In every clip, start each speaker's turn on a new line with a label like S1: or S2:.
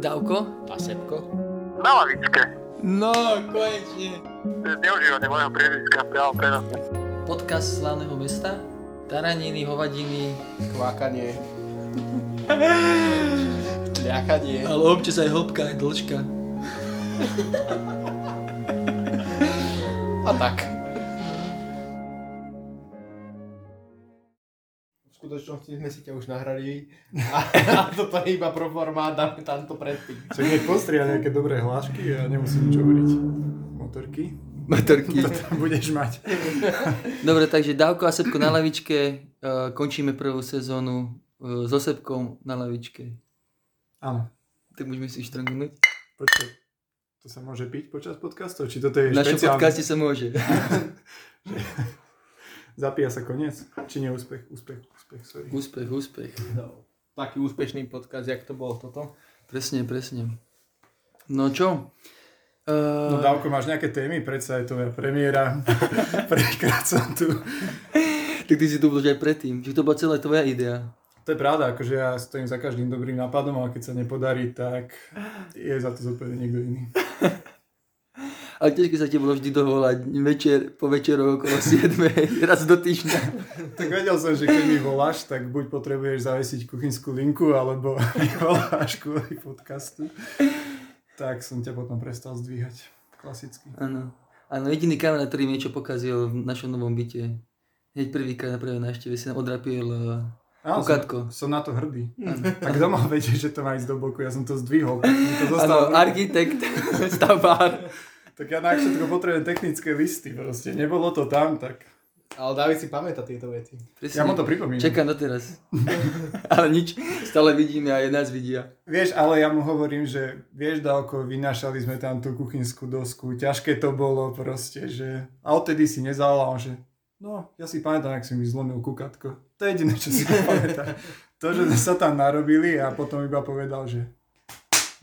S1: Davko?
S2: Pasebko?
S3: Na lavičke.
S2: No, konečne.
S3: To je zneužívanie môjho priezviska v priamom prenose.
S1: Podcast slavného mesta? Taraniny, hovadiny,
S2: Kvákanie. Ľakanie.
S1: ale občas aj hĺbka, aj dĺžka.
S2: A tak. V skutočnosti sme si ťa už nahrali a, a toto je iba pro formát, dáme tamto predtým.
S4: Čak nech postria nejaké dobré hlášky a nemusím nič hovoriť. Motorky? Motorky.
S1: Mm.
S4: To tam budeš mať.
S1: Dobre, takže Davko a Sepko na lavičke. eh, končíme prvú sezónu eh, so Sepkom na lavičke.
S4: Áno.
S1: Tak môžeme si štrngnúť.
S4: Počkaj. To sa môže piť počas podcastov? Či toto
S1: V
S4: je
S1: našom
S4: špeciálne?
S1: podcaste sa môže.
S4: Zapíja sa koniec? Či neúspech? Úspech, úspech, sorry.
S1: Úspech, úspech.
S2: No, taký úspešný podcast, jak to bolo toto.
S1: Presne, presne. No čo?
S4: No
S1: Uh,
S4: Dávko, máš nejaké témy? Predsa je to moja premiéra. Prvýkrát som tu.
S1: tak ty si tu bol už aj predtým. Čiže to bola celá tvoja idea.
S4: To je pravda, akože ja stojím za každým dobrým nápadom, ale keď sa nepodarí, tak je za to zodpovedný niekto iný.
S1: Ale ťažké sa ti bolo vždy dovolať večer, po večeroch okolo 7, raz do týždňa.
S4: Tak vedel som, že keď mi voláš, tak buď potrebuješ zavesiť kuchynskú linku, alebo mi voláš kvôli podcastu. Tak som ťa potom prestal zdvíhať. Klasicky.
S1: Áno. Áno, jediný kamarát, ktorý mi niečo pokazil v našom novom byte. Hneď prvýkrát na prvej návšteve si nám odrapil eh,
S4: Áno,
S1: Ukátko.
S4: som, som na to hrdý. Tak kto mal vedieť, že to má ísť do boku? Ja som to zdvihol. Mi to
S1: Áno,
S4: zostalo v ruke.
S1: architekt, stavár.
S4: tak ja na všetko potrebujem technické listy. Proste nebolo to tam, tak
S2: Ale David si pamätá tieto veci.
S1: Presne.
S4: ja mu to pripomínam.
S1: Čakám doteraz. Ale nič, stále vidíme a aj nás vidia.
S4: Vieš, ale ja mu hovorím, že vieš, Dálko, vynašali sme tam tú kuchynskú dosku, ťažké to bolo proste, že... A odtedy si nezavolal, že no, ja si pamätám, ak si mi zlomil kukatko. To je jediné, čo si pamätám. To, že sme sa tam narobili a potom iba povedal, že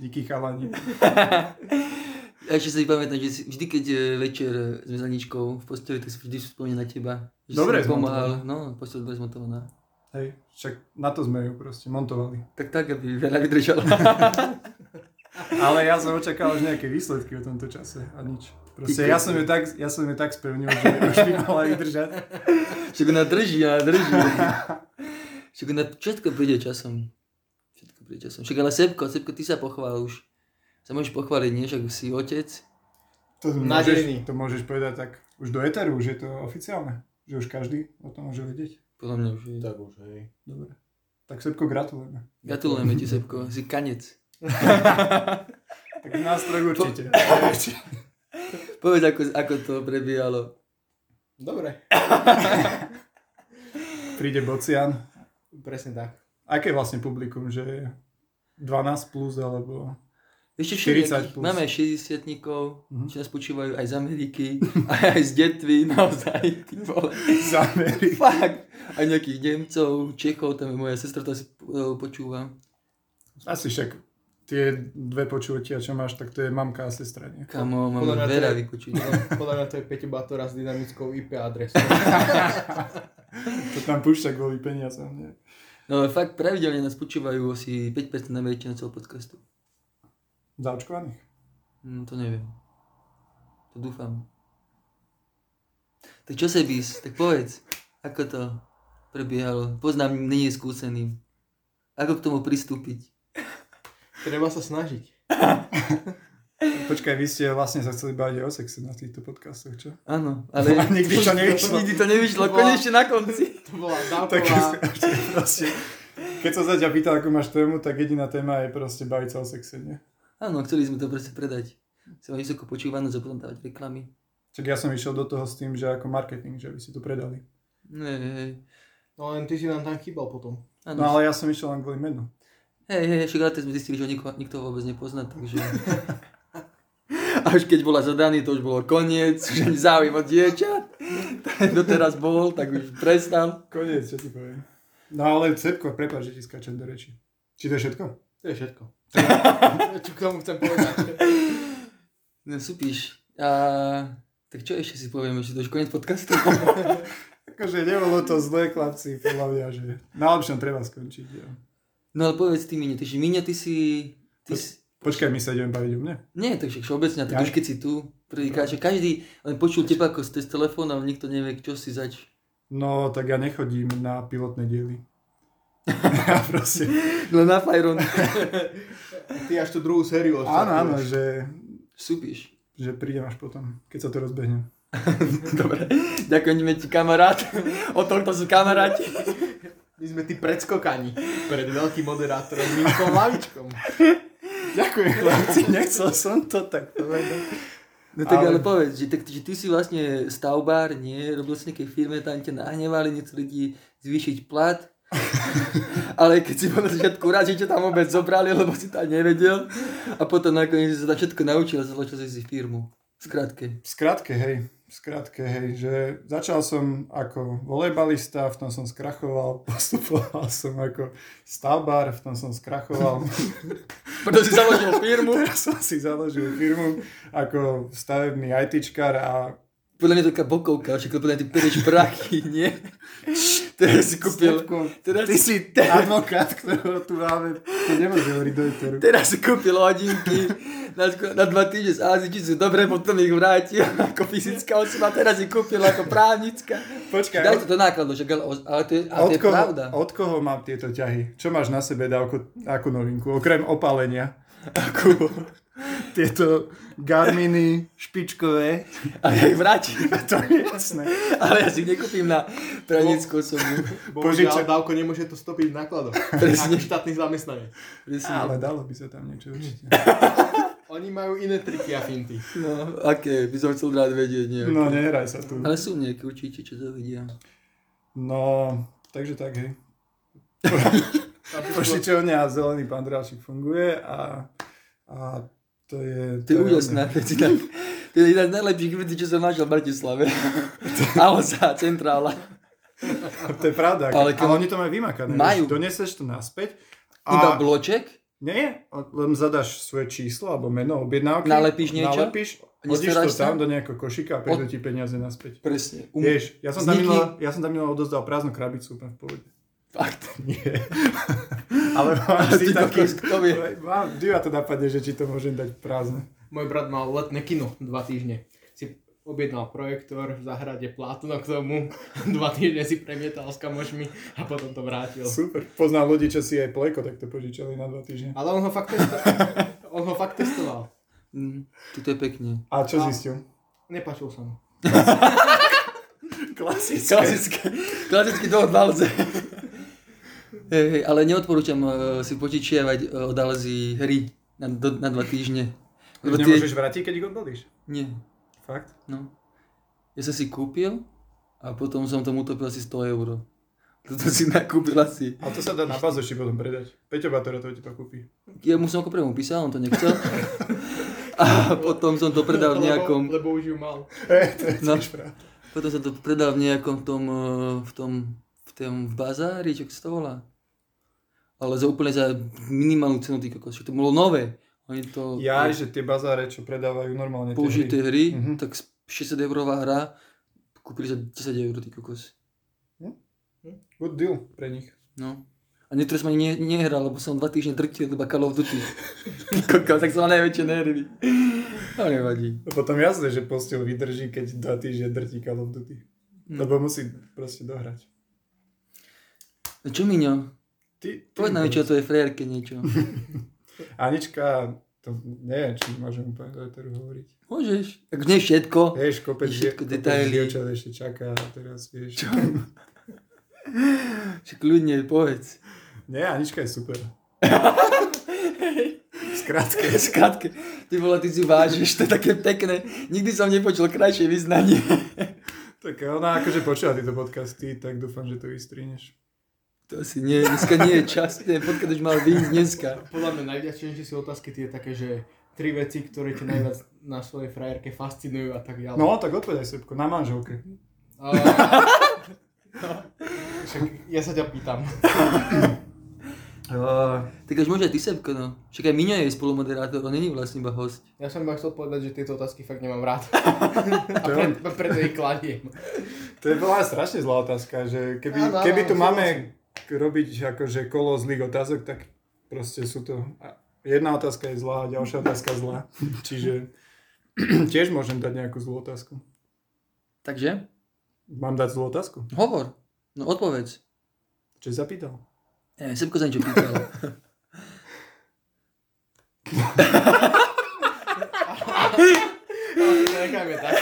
S4: díky chalani.
S1: A ešte si pamätám, že si, vždy, keď eh, večer eh, sme za Ničkou v posteli, tak si vždy spomínam na teba. Že si
S4: Dobre
S1: mi pomáhal. No, posteľ dobre zmontovaná.
S4: Hej, však na to sme ju proste montovali.
S1: Tak tak, aby veľa vydržala.
S4: Ale ja som očakával už nejaké výsledky o tomto čase a nič. Proste ja som ju tak, ja som ju tak spevnil, že už by mala vydržať.
S1: Však ona drží, ona drží. Však ona všetko príde časom. Všetko príde časom. Však ale Sebko, Sebko, ty sa pochvál už. Sa môžeš pochváliť, nie? Však si otec.
S4: To
S2: Nádejný.
S4: môžeš, to môžeš povedať tak už do Eteru, už je to oficiálne. Že už každý o tom môže vedieť.
S1: Podľa mňa už je.
S2: Tak už, hej.
S4: Dobre. Tak Sebko, gratulujeme.
S1: Gratulujeme ti, Sebko. Si kanec.
S4: Tak nástroj určite.
S1: Povedz, ako, ako to prebiehalo.
S2: Dobre,
S4: Príde Bocian.
S2: presne tak.
S4: Aké vlastne publikum, že 12 plus alebo...
S1: Ešte 40
S4: 40 plus.
S1: Máme aj 60-tníkov,
S4: Mhm.
S1: čo nás počúvajú aj z Ameriky, aj z Detvy, naozaj, ty vole.
S4: Z Ameriky.
S1: Fakt. Aj nejakých Nemcov, Čechov, tam je moja sestra, to si eh, počúva.
S4: Asi však tie dve počúvatia, čo máš, tak to je mamka a sestra, nie?
S1: Kamo,
S2: Podľa mňa
S1: máme
S2: to
S1: veľa
S2: je-
S1: vypočuť.
S2: No, Podľa mňa to je Peťo Batora s dynamickou IP adresou.
S4: To tam púšťa kvôli peniazom, nie?
S1: No ale fakt pravidelne nás počúvajú asi 5% Američanov celého podcastu.
S4: Zaočkovaných.
S1: No to neviem. To dúfam. Tak čo sa bys? Tak povedz, ako to prebiehalo. Poznám, nie je skúsený. Ako k tomu pristúpiť?
S2: Treba sa snažiť.
S4: Počkaj, vy ste vlastne sa chceli baviť aj o sexe na týchto podcastoch, čo?
S1: Áno, ale...
S4: A nikdy to nevyšlo.
S1: Nikdy to nevyšlo,
S2: To bola-
S1: konečne na konci.
S2: To bola
S4: Tak
S2: dávková...
S4: proste, keď som sa ťa pýtal, ako máš tému, tak jediná téma je proste baviť sa o sexe, nie?
S1: Áno, chceli sme to proste predať. Chcem mať vysoko počúvanosť a potom dávať reklamy.
S4: Čak ja som išiel do toho s tým, že ako marketing, že by si to predali.
S1: Ne, hej.
S2: No len ty si nám tam chýbal potom.
S1: Áno.
S4: No ale ja som išiel len kvôli menu.
S1: Hej, hej, však ale teraz sme zistili, že ho nikto, nikto vôbec nepozná, takže... Až keď bola zadaný, to už bolo koniec, už ani záujem od diečat. ktorý Doteraz bol, tak už prestal.
S4: Koniec, čo ti poviem. No ale Cepko, prepáč, že ti skáčem do reči. Či to je všetko?
S2: To je všetko. Čo k tomu chcem povedať?
S1: No supíš. A... Tak čo ešte si povieme, že to už koniec podcastu?
S4: Akože nebolo to zlé, chlapci, podľa mňa, že najlepšom treba skončiť. Jo.
S1: No ale povedz ty Mine, takže Mine, ty si... Ty si...
S4: Počkaj, my sa ideme baviť o mne.
S1: Nie, tak však všeobecne, a
S4: Ja-
S1: tak už keď si tu prvýkrát, že No. každý len počul teba ako z telefónom, nikto nevie, čo si zač.
S4: No, tak ja nechodím na pilotné diely. ja proste
S1: Len No, na Fajron.
S2: Ty až tú druhú sériu
S4: Áno, áno,
S2: odštartuješ.
S4: že,
S1: Súpiš.
S4: že prídem až potom, keď sa to rozbehne.
S1: Dobre, ďakujeme ti kamarát. O tomto sú kamaráti.
S2: My sme tí predskokani pred veľkým moderátorom Minkom Lavičkom.
S4: Ďakujem, chlapci, nechcel som to tak povedať.
S1: No tak ale, ale
S4: Ale-
S1: povedz, že, tak, že ty si vlastne stavbár, nie? Robil si nejakej firme, tam ťa nahnevali niečo ľudí zvýšiť plat. ale keď si bol na začiatku rád, že ťa tam vôbec zobrali, lebo si tam nevedel. A potom nakoniec si sa tam všetko naučil a založil si si firmu. Skrátke.
S4: Skrátke, hej, skrátke, hej, že začal som ako volejbalista, v tom som skrachoval, postupoval som ako stavbár, v tom som skrachoval.
S1: Preto si založil firmu.
S4: Teraz som si založil firmu ako stavebný ITčkar a
S1: Podľa mňa to je taká bokovka, však podľa mňa ty perieš prachy, nie? Teraz si kúpil,
S4: Stupko,
S1: teraz-
S4: ty si ten advokát, ktorého tu máme, to nemôže hovoriť do eteru.
S1: teraz si kúpil hodinky na, na dva týždne z Ázie, či sú dobré, potom ich vrátil ako fyzická osoba, teraz si kúpil ako právnická.
S4: Počkaj,
S1: Daj
S4: od,
S1: to do nákladu, že, ale, ale to je, ale
S4: od,
S1: to je
S4: koho,
S1: pravda.
S4: od koho mám tieto ťahy? Čo máš na sebe, Dávko, ako novinku? Okrem opálenia. Ako tieto Garminy špičkové.
S1: Ale ja ich vrátim,
S4: To je jasné.
S1: ale ja si ich nekúpim na právnickú osobu.
S2: Bohužiaľ,
S4: Požiča-
S2: dávko nemôže to stopiť nákladom.
S1: Presne.
S2: Ako štátny zamestnanec.
S1: Presne.
S4: Ale dalo by sa tam niečo určite.
S2: Oni majú iné triky a finty.
S1: No, aké, by som chcel rád vedieť, nie?
S4: No nehraj sa tu.
S1: Ale sú nejaké určite, čo to vidia.
S4: No, takže tak, hej.
S2: Aby to-
S4: Požičovňa a zelený pandráčik funguje a, a to je...
S1: To je
S4: je
S1: úžasná vec. inak. To je jedna z najlepších vecí, čo som našiel v Bratislave. Alza, centrála.
S4: To je pravda.
S1: Ale
S4: Ale,
S1: keď-
S4: ale oni to majú vymakané.
S1: Majú.
S4: Vieš, Doneseš to naspäť. A
S1: Iba bloček?
S4: nie, len zadaš svoje číslo alebo meno objednávky.
S1: Nalepíš niečo?
S4: Nalepíš, hodíš
S1: Nestaráš
S4: to
S1: sa?
S4: tam do nejakého košíka a prídu ti peniaze naspäť.
S1: Presne. Um,
S4: Vieš, ja som tam
S1: Vznikli-
S4: minulé, ja som tam minulé odozdal prázdnu krabicu úplne v pohode.
S1: Fakt.
S4: Nie. ale mám
S1: Ty
S4: si taký...
S1: kokos, kto vie?
S4: Mám, diva to napadne, že či to môžem dať prázdne.
S2: Môj brat mal letné kino dva týždne. Si objednal projektor v zahrade plátno k tomu, dva týždne si premietal s kamošmi a potom to vrátil.
S4: Super. Poznám ľudí, čo si aj pleko takto požičali na dva týždne.
S2: Ale on ho fakt testoval. On ho fakt testoval.
S1: Mm, toto je pekne.
S4: A čo
S2: A-
S4: zistil?
S2: Nepačil som. mu.
S4: Klasické.
S1: Klasický, klasický dôvod Valze. Hej, hej, ale neodporúčam uh, si počičiavať uh, od Alzy hry na, do, na dva týždne. Lebo tie...
S4: Nemôžeš vrátiť, keď ich odbalíš.
S1: Nie,
S4: Fakt?
S1: no. Ja som si kúpil a potom som tomu utopil asi 100 eur. Toto si nakúpil asi
S4: A to sa dá na bazoši potom predať. Peťo Batora to ti to kúpi.
S1: Ja mu som ako prvému písal, on to nechcel. A potom som to predal v nejakom,
S2: Lebo, lebo už ju mal.
S1: no, potom som to predal v nejakom tom, eh, v tom, v tom bazári, čo sa to volá. Ale za úplne za minimálnu cenu tých kokos, že to bolo nové. Oni to
S4: Ja, že tie bazáre, čo predávajú normálne tie
S1: použité hry,
S4: Mhm.
S1: tak 60 eurová hra, kúpili za 10 eur tých kokos.
S4: hry. Good deal pre nich.
S1: No. A niektoré som ani ne, nehral, lebo som dva týždne drtil iba Call of Duty. Kokos, tak som mal najväčšie nervy. Ale nevadí.
S4: A No potom jasné, že postil vydrží, keď dva týždne drtí Call of Duty.
S1: No.
S4: Lebo musí proste dohrať.
S1: A čo Miňo?
S4: Ty, ty
S1: Povedz nám niečo o tvojej frajerke niečo.
S4: Anička, to neviem, či môžem úplne do eteru hovoriť.
S1: Môžeš. Ak nie všetko.
S4: Vieš, kopec, die-
S1: Všetko
S4: kopec
S1: detaily.
S4: dievčat ešte čaká a teraz, vieš. Čo?
S1: Však ľudne, povedz.
S4: Nie, Anička je super. Skrátke.
S1: Skrátke. Ty vole, ty si vážiš, to je také pekné. Nikdy som nepočul krajšie vyznanie.
S4: Tak ona akože počúva tieto podcasty, tak dúfam, že to vystríneš.
S1: To si nie, dneska nie je čas. Ten podcast už mal vyjsť dneska.
S2: Podľa mňa najvďačnejšie sú otázky tie také, že tri veci, ktoré ťa najviac na svojej frajerke fascinujú a tak ďalej.
S4: No, tak odpovedaj, Srbko, na manželke.
S2: A... Však ja sa ťa pýtam.
S1: Tak až môže aj ty sebko, no. Však aj Miňo je spolumoderátor, on není vlastne iba host.
S2: Ja som iba chcel povedať, že tieto otázky fakt nemám rád. A
S4: No.
S2: pre, preto ich kladiem.
S4: To je bola strašne zlá otázka, že
S2: Áno,
S4: keby,
S2: áno,
S4: keby tu
S2: súhlasím.
S4: máme k- robiť akože kolo zlých otázok, tak proste sú to a- jedna otázka je zlá, ďalšia otázka zlá. Čiže tiež môžem dať nejakú zlú otázku.
S1: Takže?
S4: Mám dať zlú otázku?
S1: Hovor. No odpovedz.
S4: Čo si zapýtal?
S1: Ja som sa niečo pýtal.
S2: Necháme No, tak.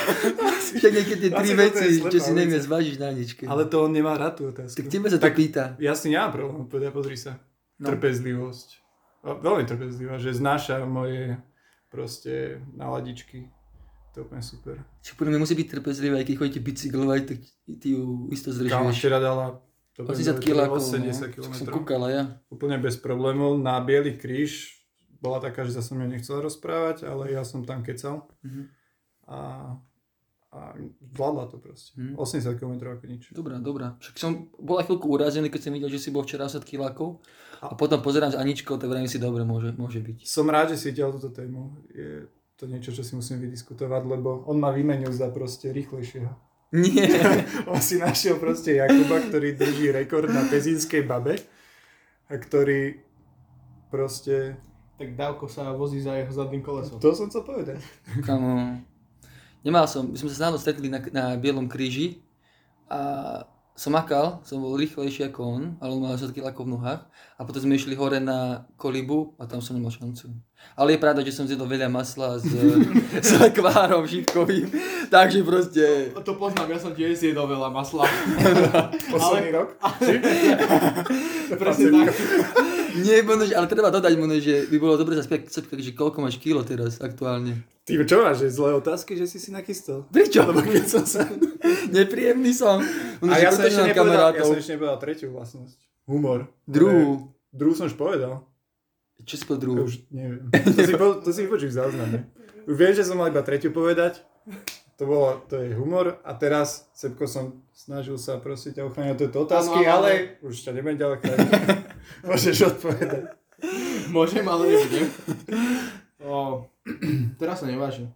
S1: Však niekedy tie tri
S4: Asi toto je
S1: veci,
S4: slepá
S1: čo si neviem,
S4: ulica.
S1: zvážiš na ničke.
S4: Ale to on nemá rád tú otázku.
S1: Tak tebe sa to pýta.
S4: Ja si nemám problém odpovedať, pozri sa.
S1: No.
S4: No. Trpezlivosť. A Veľmi trpezlivá, že znáša moje proste naladičky. To je úplne super.
S1: Čo podľa mňa musí byť trpezlivá, aj keď chodíte bicyklovať, tak ty ju isto
S4: Kámo
S1: zdržuješ.
S4: včera dala to bude
S1: 80
S4: dať
S1: kg. no.
S4: 80
S1: Som
S4: km.
S1: kúkala ja.
S4: Úplne bez problémov. Na Bielý kríž bola taká, že sa som mňa nechcel rozprávať, ale ja som tam kecal.
S1: Mhm.
S4: A, a vládla to proste.
S1: Mhm.
S4: 80 km ako nič.
S1: Dobrá, dobrá. Však som bola chvíľku urazený, keď som videl, že si bol včera 10 kilákov. A
S4: A-
S1: potom pozerám s Aničkou, tak vravím si, dobre, môže, môže byť.
S4: Som rád, že si ťa túto tému. Je to niečo, čo si musím vydiskutovať, lebo on ma vymenil za proste rýchlejšieho.
S1: Nie.
S4: On si našiel proste Jakuba, ktorý drží rekord na pezínskej babe a ktorý proste...
S2: Tak Dávko sa vozí za jeho zadným kolesom.
S4: To som chcel povedať.
S1: Kamo. Nemal som, my sme sa náhodou stretli na, na Bielom kríži a som makal, som bol rýchlejší ako on, ale on mal 10 kg v nohách a potom sme išli hore na kolibu a tam som nemal šancu. Ale je pravda, že som zjedol veľa masla s, s akvárom šipkovým, takže proste...
S2: To poznám, ja som tiež zjedol veľa masla.
S4: Posledný
S2: Ale-
S4: rok?
S2: Presne tak.
S1: Nie, Mono, že- ale treba dodať, Mono, že by bolo dobre zaspiať cepka, že koľko máš kilo teraz aktuálne.
S4: Ty čo máš, že zlé otázky, že si si nachystal?
S1: Prečo?
S4: Lebo keď som sa...
S1: Nepríjemný som. Mono,
S4: A
S1: že
S4: ja som, ešte
S1: skutočne mám
S4: nepovedal, ja
S1: kamarátov.
S4: som ešte nepovedal tretiu vlastnosť. Humor.
S1: Druhú.
S4: Druhú som už povedal.
S1: Čo si po
S4: Ja
S1: druhú?
S4: Už neviem. To si, po, to si vypočuj v zázname. Už viem, že som mal iba tretiu povedať. To bolo, to je humor. A teraz, Sebko, som snažil sa proste ťa ochrániť od tejto otázky,
S2: Áno, áno,
S4: ale už ťa nebudem ďalej chrániť. Môžeš odpovedať.
S2: Môžem, ale nebudem. O, teraz sa nevážim.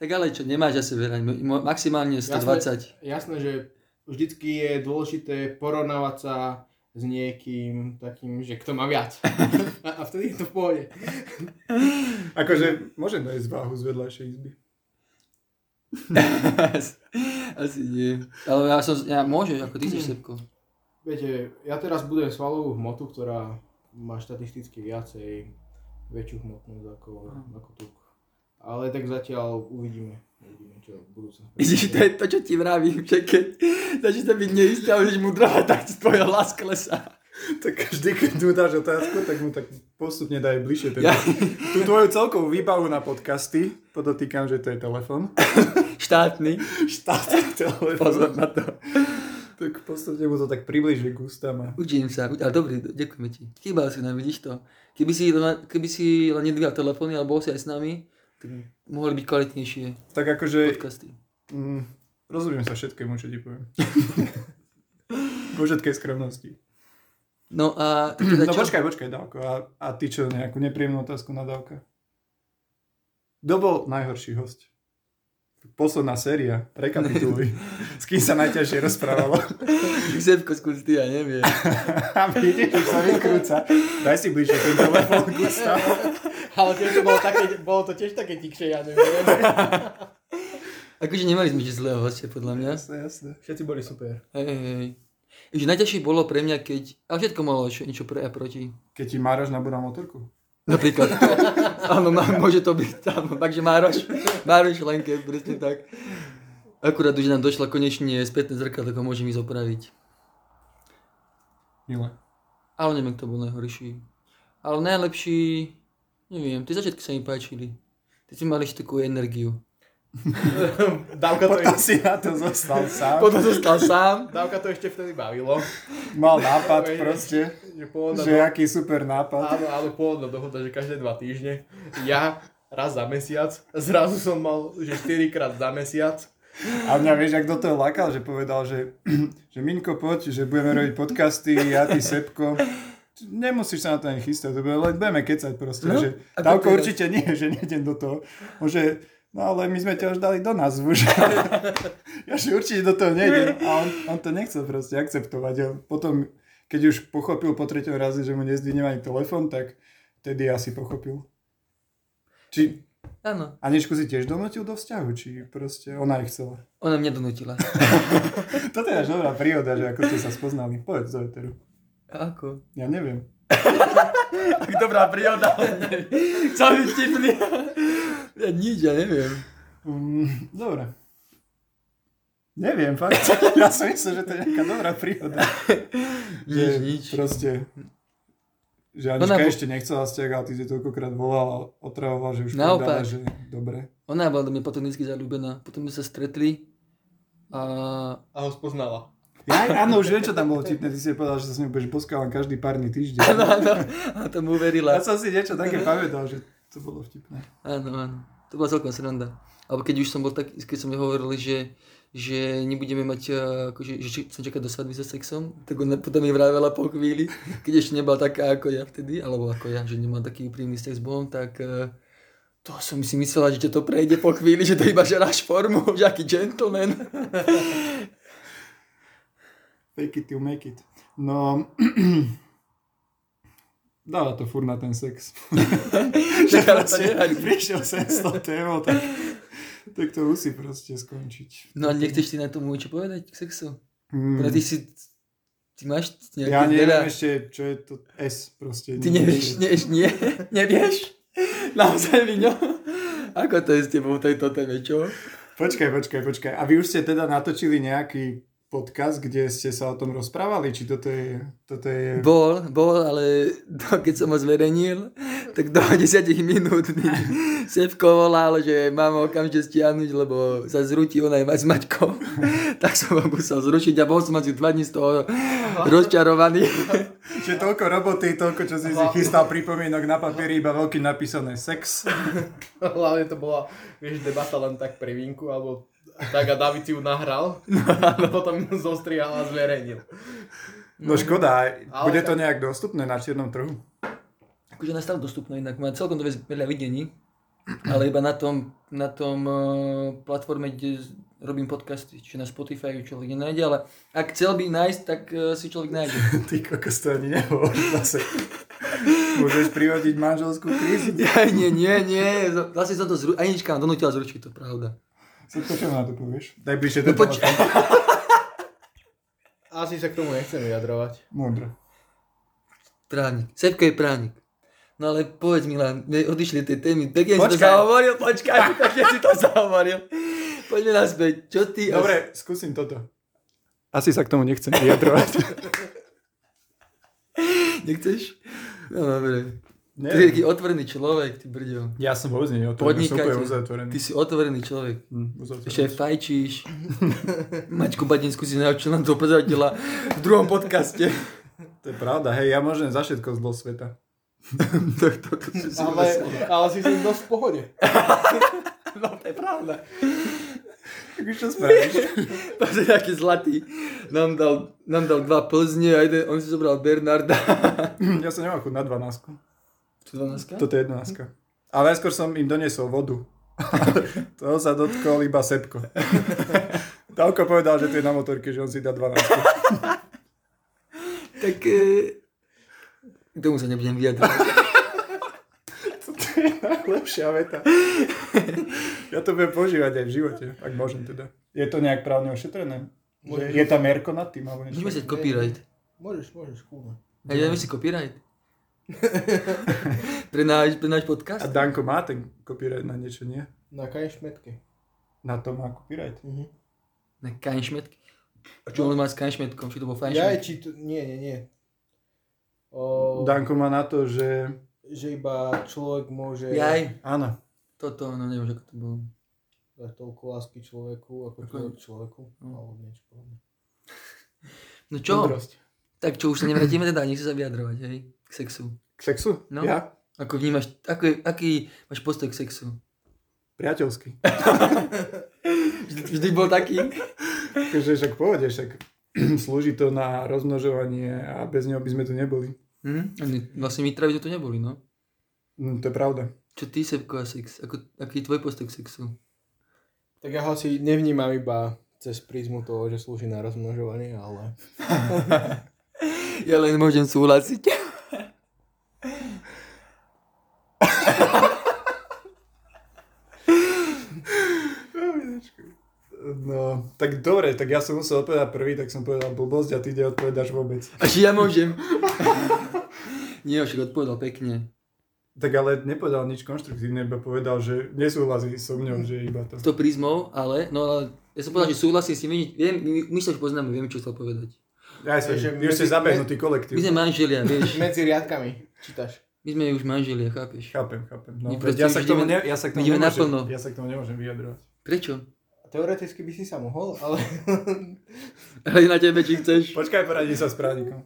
S1: Tak ale čo, nemáš asi veľa, mo- mo- maximálne 120.
S2: Jasné, že vždycky je dôležité porovnávať sa s niekým takým, že kto má viac. A, a vtedy je to v pohode.
S4: Akože, môžem dať váhu z vedľajšej izby.
S1: asi nie. Ale ja som, ja môžeš, ako ty si Sepko.
S2: Viete, ja teraz budujem svalovú hmotu, ktorá má štatisticky viacej väčšiu hmotnosť ako, ako tuk. Ale tak zatiaľ uvidíme. Uvidíme, čo v budúcnosti.
S1: Vidíš, to je to, čo ti vravím, že keď začne byť neistý a budeš mudrovať, tak ti tvoj hlas klesá.
S4: Tak vždy, keď mu dáš otázku, tak mu tak postupne daj bližšie. Teda.
S1: Ja,
S4: Tú tvoju celkovú výbavu na podcasty, podotýkam, že to je telefon.
S1: štátny.
S4: Štátny telefon.
S1: Pozor na to.
S4: Tak postupne mu to tak približí k ústam. a-
S1: Učím sa, ale dobrý, ďakujeme ti. Chýbal si nám, vidíš to. Keby si, len- keby si len nedvíhal telefóny, alebo bol si aj s nami, tak mohli byť kvalitnejšie
S4: Tak akože
S1: podcasty.
S4: Mm, rozumiem sa všetkému, čo ti poviem. Vo všetkej skromnosti.
S1: No a... tak Teda
S4: No
S1: čo?
S4: počkaj, počkaj, Dávko. A, a ty čo, nejakú nepríjemnú otázku na Dávka? Kto bol najhorší host? Posledná séria, rekapituluj. S kým sa najťažšie rozprávalo?
S1: Zepko, skús ty, ja neviem.
S4: A vidíš, už sa vykrúca. Daj si bližšie ten telefón, Gustav.
S2: Ale tiež to bolo, také, bolo to tiež také tikšie, ja neviem.
S1: Akože nemali sme že zlého hostia, podľa mňa.
S4: Jasné, jasné.
S2: Všetci boli super.
S1: Hej, hej, hej. Takže najťažšie bolo pre mňa, keď... Ale všetko malo čo, niečo pre a proti.
S4: Keď ti Máraš nabúra motorku?
S1: Napríklad. Áno, má, môže to byť tam. Takže Mároš, Mároš Lenke, presne tak. Akurát už nám došla konečne spätné zrkadlo, ako môžem ísť opraviť.
S4: Milé.
S1: Ale neviem, kto bol najhorší. Ale najlepší... Neviem, tie začiatky sa mi páčili. Ty si mali ešte takú energiu.
S2: Dávka to,
S4: Potom si na to zostal sám.
S1: Potom zostal sám.
S2: dávka to ešte vtedy bavilo.
S4: Mal nápad proste,
S2: Že pôvodná
S4: že aký super nápad.
S2: Áno, áno, pôvodná dohoda, že každé dva týždne. Ja raz za mesiac, zrazu som mal, že 4 krát za mesiac.
S4: A mňa vieš, ak do toho lakal, že povedal, že, že Minko, poď, že budeme robiť podcasty, ja, ty, Sepko. Nemusíš sa na to ani chystať, to bude, len budeme kecať proste.
S1: No,
S4: No, že,
S1: a
S4: Dávko
S1: doteraz.
S4: určite nie, že nejdem do toho. Môže, no ale my sme ťa už dali do názvu, že ja že určite do toho nejdem. A on, on to nechcel proste akceptovať. A potom, keď už pochopil po treťom raze, že mu nezdvihnem ani telefon, tak Tedy asi pochopil. Či
S1: Áno,
S4: Aničku si tiež donutil do vzťahu, či proste ona ich chcela?
S1: ona mňa donutila.
S4: Toto je až dobrá príhoda, že ako ste sa spoznali. Povedz do eteru.
S1: Ako?
S4: Ja neviem.
S1: Tak dobrá príhoda, Chcel byť vtipný. Ja nič, ja neviem.
S4: Mm, dobre. Neviem, fakt. Ja som myslel, že to je nejaká dobrá príhoda.
S1: Nič,
S4: Že
S1: nič.
S4: Proste, že Anička
S1: Ona bu-
S4: ešte nechcela vzťah, ale ty si toľkokrát volal a otravoval, že už
S1: Naopak.
S4: povedala, že dobre.
S1: Ona bola do mňa platonicky zalúbená. Potom sme sa stretli a
S2: A ho spoznala.
S4: Ja, áno, už viem, čo tam bolo vtipné. Ty si jej povedal, že sa s ňou budeš poskávať každý párny týždeň.
S1: Áno, áno, a tomu
S4: Ja
S1: uverila.
S4: som si niečo také pamätal, že to bolo vtipné.
S1: Áno, áno. To bola celkom sranda. Alebo keď už som bol tak, keď som hovoril, že, že nebudeme mať, eh, akože, že či- chcem čakať do svadby so sexom, tak ona potom mi vravela po chvíli, keď ešte nebola taká ako ja vtedy, alebo ako ja, že nemám taký úprimný sex s Bohom, tak eh, to som si myslela, že ťa to prejde po chvíli, že to iba žeráš formu, že aký gentleman.
S4: Fake it, you make it. No, dáva to furt na ten sex. že
S1: Nechala to
S4: proste
S1: nehať.
S4: prišiel sem s tou témou, tak, tak to musí proste skončiť.
S1: No a nechceš ty na tomu niečo povedať k sexu?
S4: Hmm.
S1: Pre ty si, ty máš nejaký
S4: Ja neviem
S1: teda-
S4: ešte, čo je to S proste.
S1: Ty nevieš, nevieš, nie, nevieš? Naozaj, Miňo? Ako to je s tebou v tejto téme, čo?
S4: Počkaj, počkaj, počkaj. A vy už ste teda natočili nejaký podcast, kde ste sa o tom rozprávali? Či toto je... Toto je...
S1: Bol, bol, ale to, keď som ho zverejnil, tak do 10 minút mi Sevko volal, že mám ho okamžite stiahnuť, lebo sa zrúti ona aj s Maťkou. Tak som ho musel zrušiť a bol som asi 2 dní z toho rozčarovaný.
S4: Čiže toľko roboty, toľko, čo si si chystal pripomienok na papieri, iba veľký napísané sex.
S2: Hlavne to bola, vieš, debata len tak pre vinku, alebo tak a David si ju nahral a potom ju zostrihal a zverejnil.
S4: No škoda,
S2: Ale
S4: bude
S2: tak-
S4: to nejak dostupné na čiernom trhu?
S1: Akože na stále dostupné inak, má celkom to veľa- veľa videní, ale iba na tom, na tom eh, platforme, kde z- robím podcasty, čiže na Spotify ju človek nenájde, ale ak chcel by nájsť, tak eh, si človek nájde.
S4: Ty kokos to ani nehovoríš zase. Môžeš privodiť manželskú krízu.
S1: Ja, nie, nie, nie, z- vlastne som to zru... Anička ma donútila zručiť, to je pravda.
S4: Co to čo na to povieš? Daj bližšie
S1: No
S4: do
S1: poč-
S4: telefónu.
S2: Asi sa k tomu nechcem vyjadrovať.
S4: Múdro.
S1: Právnik, Sevko je právnik. No ale povedz mi len, my odišli tej témy, pekne si to
S4: Počkaj.
S1: zahovoril, počkaj, pekne si to zahovoril. Poďme naspäť, čo ty...
S4: Dobre, skúsim toto. Asi sa k tomu nechcem vyjadrovať.
S1: Nechceš? No dobre. Ty si taký
S4: Neviem.
S1: otvorený človek, ty brďo.
S4: Ja som vôbec nie otvorený, som úplne
S1: Podnikateľ.
S4: uzatvorený.
S1: Ty si otvorený človek.
S4: Hm, uzatvorený.
S1: Ešte aj fajčíš. Maťku Badinskú si naučil nám to prezradila v druhom podcaste.
S4: To je pravda, hej, ja môžem za všetko zlo sveta.
S1: to, to, to, to, si
S2: Ale, ale si som dosť v pohode.
S1: No to je pravda.
S4: Tak už čo spravíš?
S1: To je taký zlatý. Nám dal, nám dal dva plzne a jeden, on si zobral Bernarda.
S4: ja som nemal chuť na 12.
S1: Čo 12?
S4: Toto je 11. Ale najskôr som im doniesol vodu. Toho sa dotkol iba Sepko. Dávko povedal, že to je na motorke, že on si dá 12.
S1: Tak... E... K tomu sa nebudem vyjadrovať.
S4: to je najlepšia veta. ja to budem používať aj v živote, ak môžem teda. Je to nejak právne ošetrené? Že
S2: Môžeš.
S4: je tam Merko nad tým alebo
S1: Budeme
S4: niečo?
S1: si dať copyright.
S2: Môžeš, môžeš, kúme.
S1: A ja si copyright. pre, náš, pre náš
S4: A
S1: podcast?
S4: Danko má ten copyright na niečo, nie?
S2: Na kaj šmetke.
S4: Na to má copyright.
S2: Mhm.
S1: Na kanšmetky. A čo on má s kanšmetkom? Či to bol
S2: Ja
S1: fajnšmetk?
S2: je či to... Nie, nie, nie. O,
S4: Danko má na to, že...
S2: že iba človek môže
S1: Jaj.
S4: Áno.
S1: Toto, no neviem, že ako to bolo.
S2: dať toľko lásky človeku, ako
S1: Ako-
S2: človek človeku.
S1: No.
S2: Alebo niečo podobné.
S1: No čo?
S4: Múdrosť.
S1: Tak čo, už sa nevrátime teda, nech sa vyjadrovať, hej, k sexu.
S4: K sexu?
S1: No.
S4: Ja?
S1: Ako vnímaš, ako je, aký máš postoj k sexu?
S4: Priateľsky.
S1: Vždy, vždy bol taký?
S4: Takže však v pohode, však slúži to na rozmnožovanie a bez neho by sme tu neboli.
S1: Hm? A ne- Vlastne my travi tu neboli, no.
S4: Mm, to je pravda.
S1: Čo ty, Sebko, a sex? Ako, aký je tvoj postoj k sexu?
S2: Tak ja ho asi nevnímam iba cez prízmu toho, že slúži na rozmnožovanie, ale...
S1: Ja len môžem súhlasiť.
S4: No, tak dobre, tak ja som musel odpovedať prvý, tak som povedal blbosť a ty neodpovedáš vôbec.
S1: A či ja môžem? Nie, však odpovedal pekne.
S4: Tak ale nepovedal nič konštruktívne, iba povedal, že nesúhlasí so mňou, že iba to.
S1: S tou prízmou, ale, no ale ja som povedal, že súhlasím s nimi, viem, my, my sa už poznáme, viem, čo chcel povedať.
S4: Ja sa,
S2: Takže
S4: vy už ste
S2: medzi-
S4: zabehnutý kolektív.
S1: My sme manželia, vieš,
S2: Medzi riadkami čítaš.
S1: my sme už manželia, chápeš?
S4: Chápem, chápem. No,
S1: My
S4: veď
S1: proste
S4: ja, sa k tomu
S1: vidíme-
S4: ne, ja sa k tomu
S1: vidíme
S4: nemôžem,
S1: naplno.
S4: ja sa k tomu nemôžem vyjadrovať.
S1: Prečo?
S2: Teoreticky by si sa mohol, ale...
S1: Ale na tebe, či chceš.
S4: Počkaj, poradím sa s právnikom.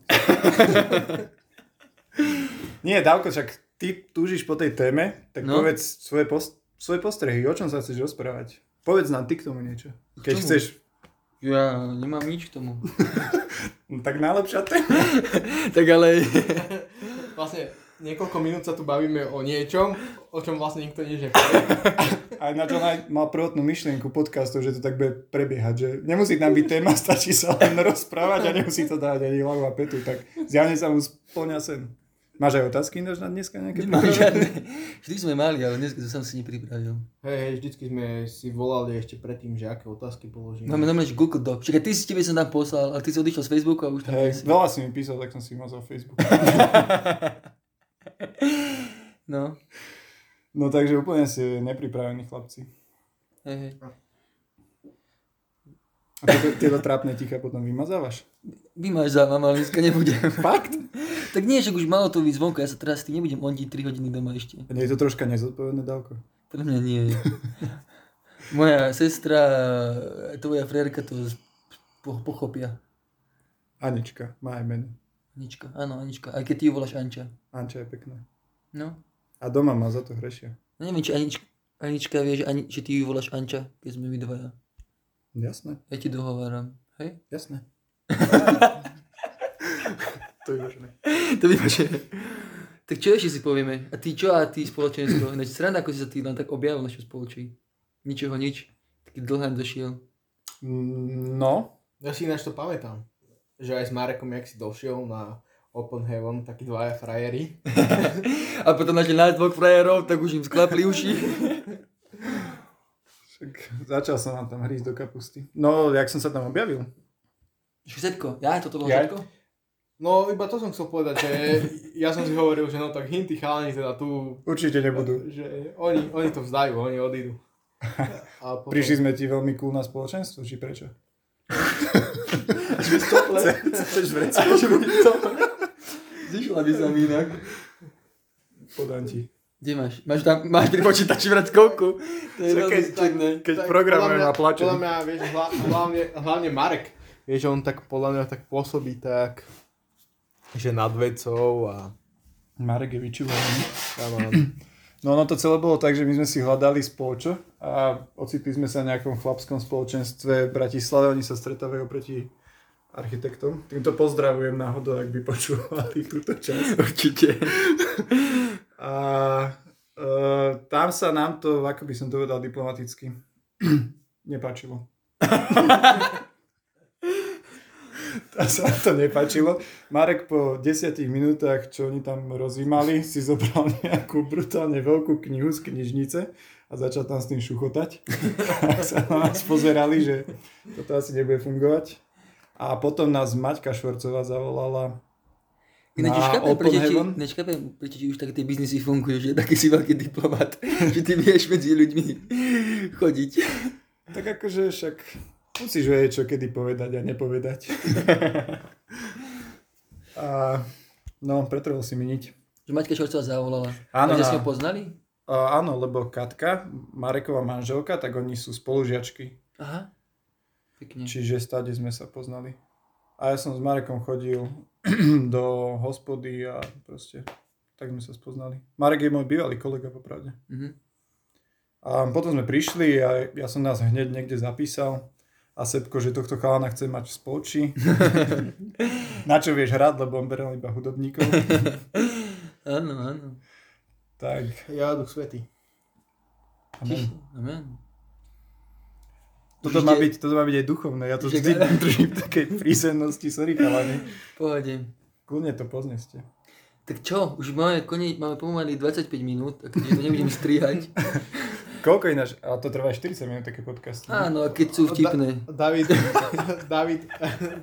S4: Nie, Dávko, však ty túžiš po tej téme, tak
S1: No.
S4: povedz svoje, post- svoje postrehy, o čom sa chceš rozprávať. Povedz nám ty k tomu niečo. Keď
S1: K čomu?
S4: chceš,
S1: Ja nemám nič k tomu.
S4: no, tak najlepšia téma.
S1: tak ale...
S2: Vlastne niekoľko minút sa tu bavíme o niečom, o čom vlastne nikto nič nevie.
S4: Aj na čo aj mal prvotnú myšlienku podcastu, že to tak bude prebiehať, že nemusí tam byť téma, stačí sa len rozprávať a nemusí to dávať ani hlavu a petu, tak zjavne sa mu splňa sen. Máš aj otázky ináč na dneska nejaké?
S1: Nemám
S4: pripravené?
S1: žiadne. Vždy sme mali, ale dnes som si nepripravil.
S2: Hej, hej, vždycky sme si volali ešte predtým, že aké otázky položíme.
S1: Máme normálne že Google Doc. Čakaj, ty si tebe som tam poslal, ale ty si odišiel z Facebooku a už tam nie si.
S4: Hej, veľa si mi písal, tak som si mazal Facebook.
S1: No,
S4: No takže úplne ste nepripravení chlapci.
S1: hej, hej.
S4: A tieto, tieto trápne ticha potom vymazávaš?
S1: Vy máš závam, ale dneska nebudem.
S4: Fakt?
S1: tak nie, že už malo to byť zvonko, ja sa teraz ty nebudem ondiť 3 hodiny doma ešte.
S4: Nie je to troška nezodpovedné, Dávko?
S1: Pre mňa nie. Moja sestra, tvoja frérka to z- po- pochopia.
S4: Anička, má aj meno.
S1: Anička, áno, Anička. Aj keď ty ju voláš Anča.
S4: Anča je pekná.
S1: No.
S4: A doma má za to hrešia.
S1: no neviem, či Anička, Anička vie, že, Ani, že ty ju voláš Anča, keď sme my dvaja.
S4: Jasné,
S1: Ja ti dohováram. Hej?
S4: jasné. to je možné.
S1: To vypočujeme. Tak čo ešte si povieme? A ty čo a ty spoločenstvo? Ináč sranda, ako si sa ty len tak objavil v našom spoločí. Ničoho nič. Taký dlhán došiel.
S4: No,
S2: Ja si ináč to pamätám, že aj s Marekom, jak si došiel na Open Heaven, takí dvaja frajeri.
S1: A potom našli nás dvoch frajerov, tak už im sklapli uši.
S4: však začal som vám tam hrísť do kapusty. No, jak som sa tam objavil?
S1: Všetko. Ja? Toto bolo
S4: Ja?
S1: všetko?
S2: No iba to som chcel povedať, že ja som si hovoril, že no tak hinty chalani teda tu,
S4: Určite nebudú.
S2: že oni, oni to vzdajú, oni odídu. A potom,
S4: Prišli sme ti veľmi cool na spoločenstvo, či prečo?
S2: sme stople.
S4: Chceš vrec?
S1: Zišla by som inak.
S4: Podám ti.
S1: Kde máš? Máš, tam, máš pri počítači vrackovku? To je
S4: Čakaj,
S1: veľmi stredné.
S4: Keď programujem a plačem.
S2: Podľa mňa, vieš, hla, hlavne, hlavne Marek, vieš, on tak podľa mňa tak pôsobí tak, že nad vecou a...
S4: Marek je vyčúvaný.
S2: Áno,
S4: No ono to celé bolo tak, že my sme si hľadali spoločo a ocitli sme sa v nejakom chlapskom spoločenstve v Bratislave. Oni sa stretávajú proti architektom. Týmto pozdravujem náhodou, ak by počúvali túto časť.
S1: Určite.
S4: A e, tam sa nám to, ako by som to povedal diplomaticky, nepáčilo. tam sa nám to nepáčilo. Marek po desiatich minútach, čo oni tam rozímali, si zobral nejakú brutálne veľkú knihu z knižnice a začal tam s tým šuchotať. tak sa na nás pozerali, že toto asi nebude fungovať. A potom nás Maťka Švorcová zavolala
S1: Ináč
S4: Na
S1: už chápem,
S4: Open
S1: prečo ti,
S4: Heaven?
S1: ináč chápem, prečo ti už tak tie biznisy fungujú, že taký si veľký diplomat, že ty vieš medzi ľuďmi chodiť.
S4: Tak akože však musíš vedieť, čo kedy povedať a nepovedať. a, no, pretrhol si mi niť.
S1: Že Maťka Šorcová zavolala.
S4: Áno,
S1: Áno, ste
S4: áno.
S1: ho poznali?
S4: A, áno, lebo Katka, Marekova manželka, tak oni sú spolužiačky.
S1: Aha. Pekne.
S4: Čiže stade sme sa poznali. A ja som s Marekom chodil do hospody a proste tak sme sa spoznali. Marek je môj bývalý kolega, popravde.
S1: Mhm.
S4: A potom sme prišli a ja som nás hneď niekde zapísal a Sepko, že tohto chalana chce mať v spolči. Na čo vieš hrať, lebo on beral iba hudobníkov.
S1: Áno, áno.
S4: tak,
S2: ja duch svetý.
S1: Čiže,
S4: amen.
S1: amen.
S4: toto, má byť, toto má byť aj duchovné. Ja to
S1: Že-
S4: vždy držím v takej prísennosti, sorry chalani.
S1: V Pohode.
S4: Kľudne to pozneste.
S1: Tak čo, už máme, kone, máme pomaly 25 minút, a keď to nebudem strihať.
S4: Koľko ináč? A to trvá 40 minút také podcasty.
S1: Áno, a keď sú vtipné.
S2: David, David,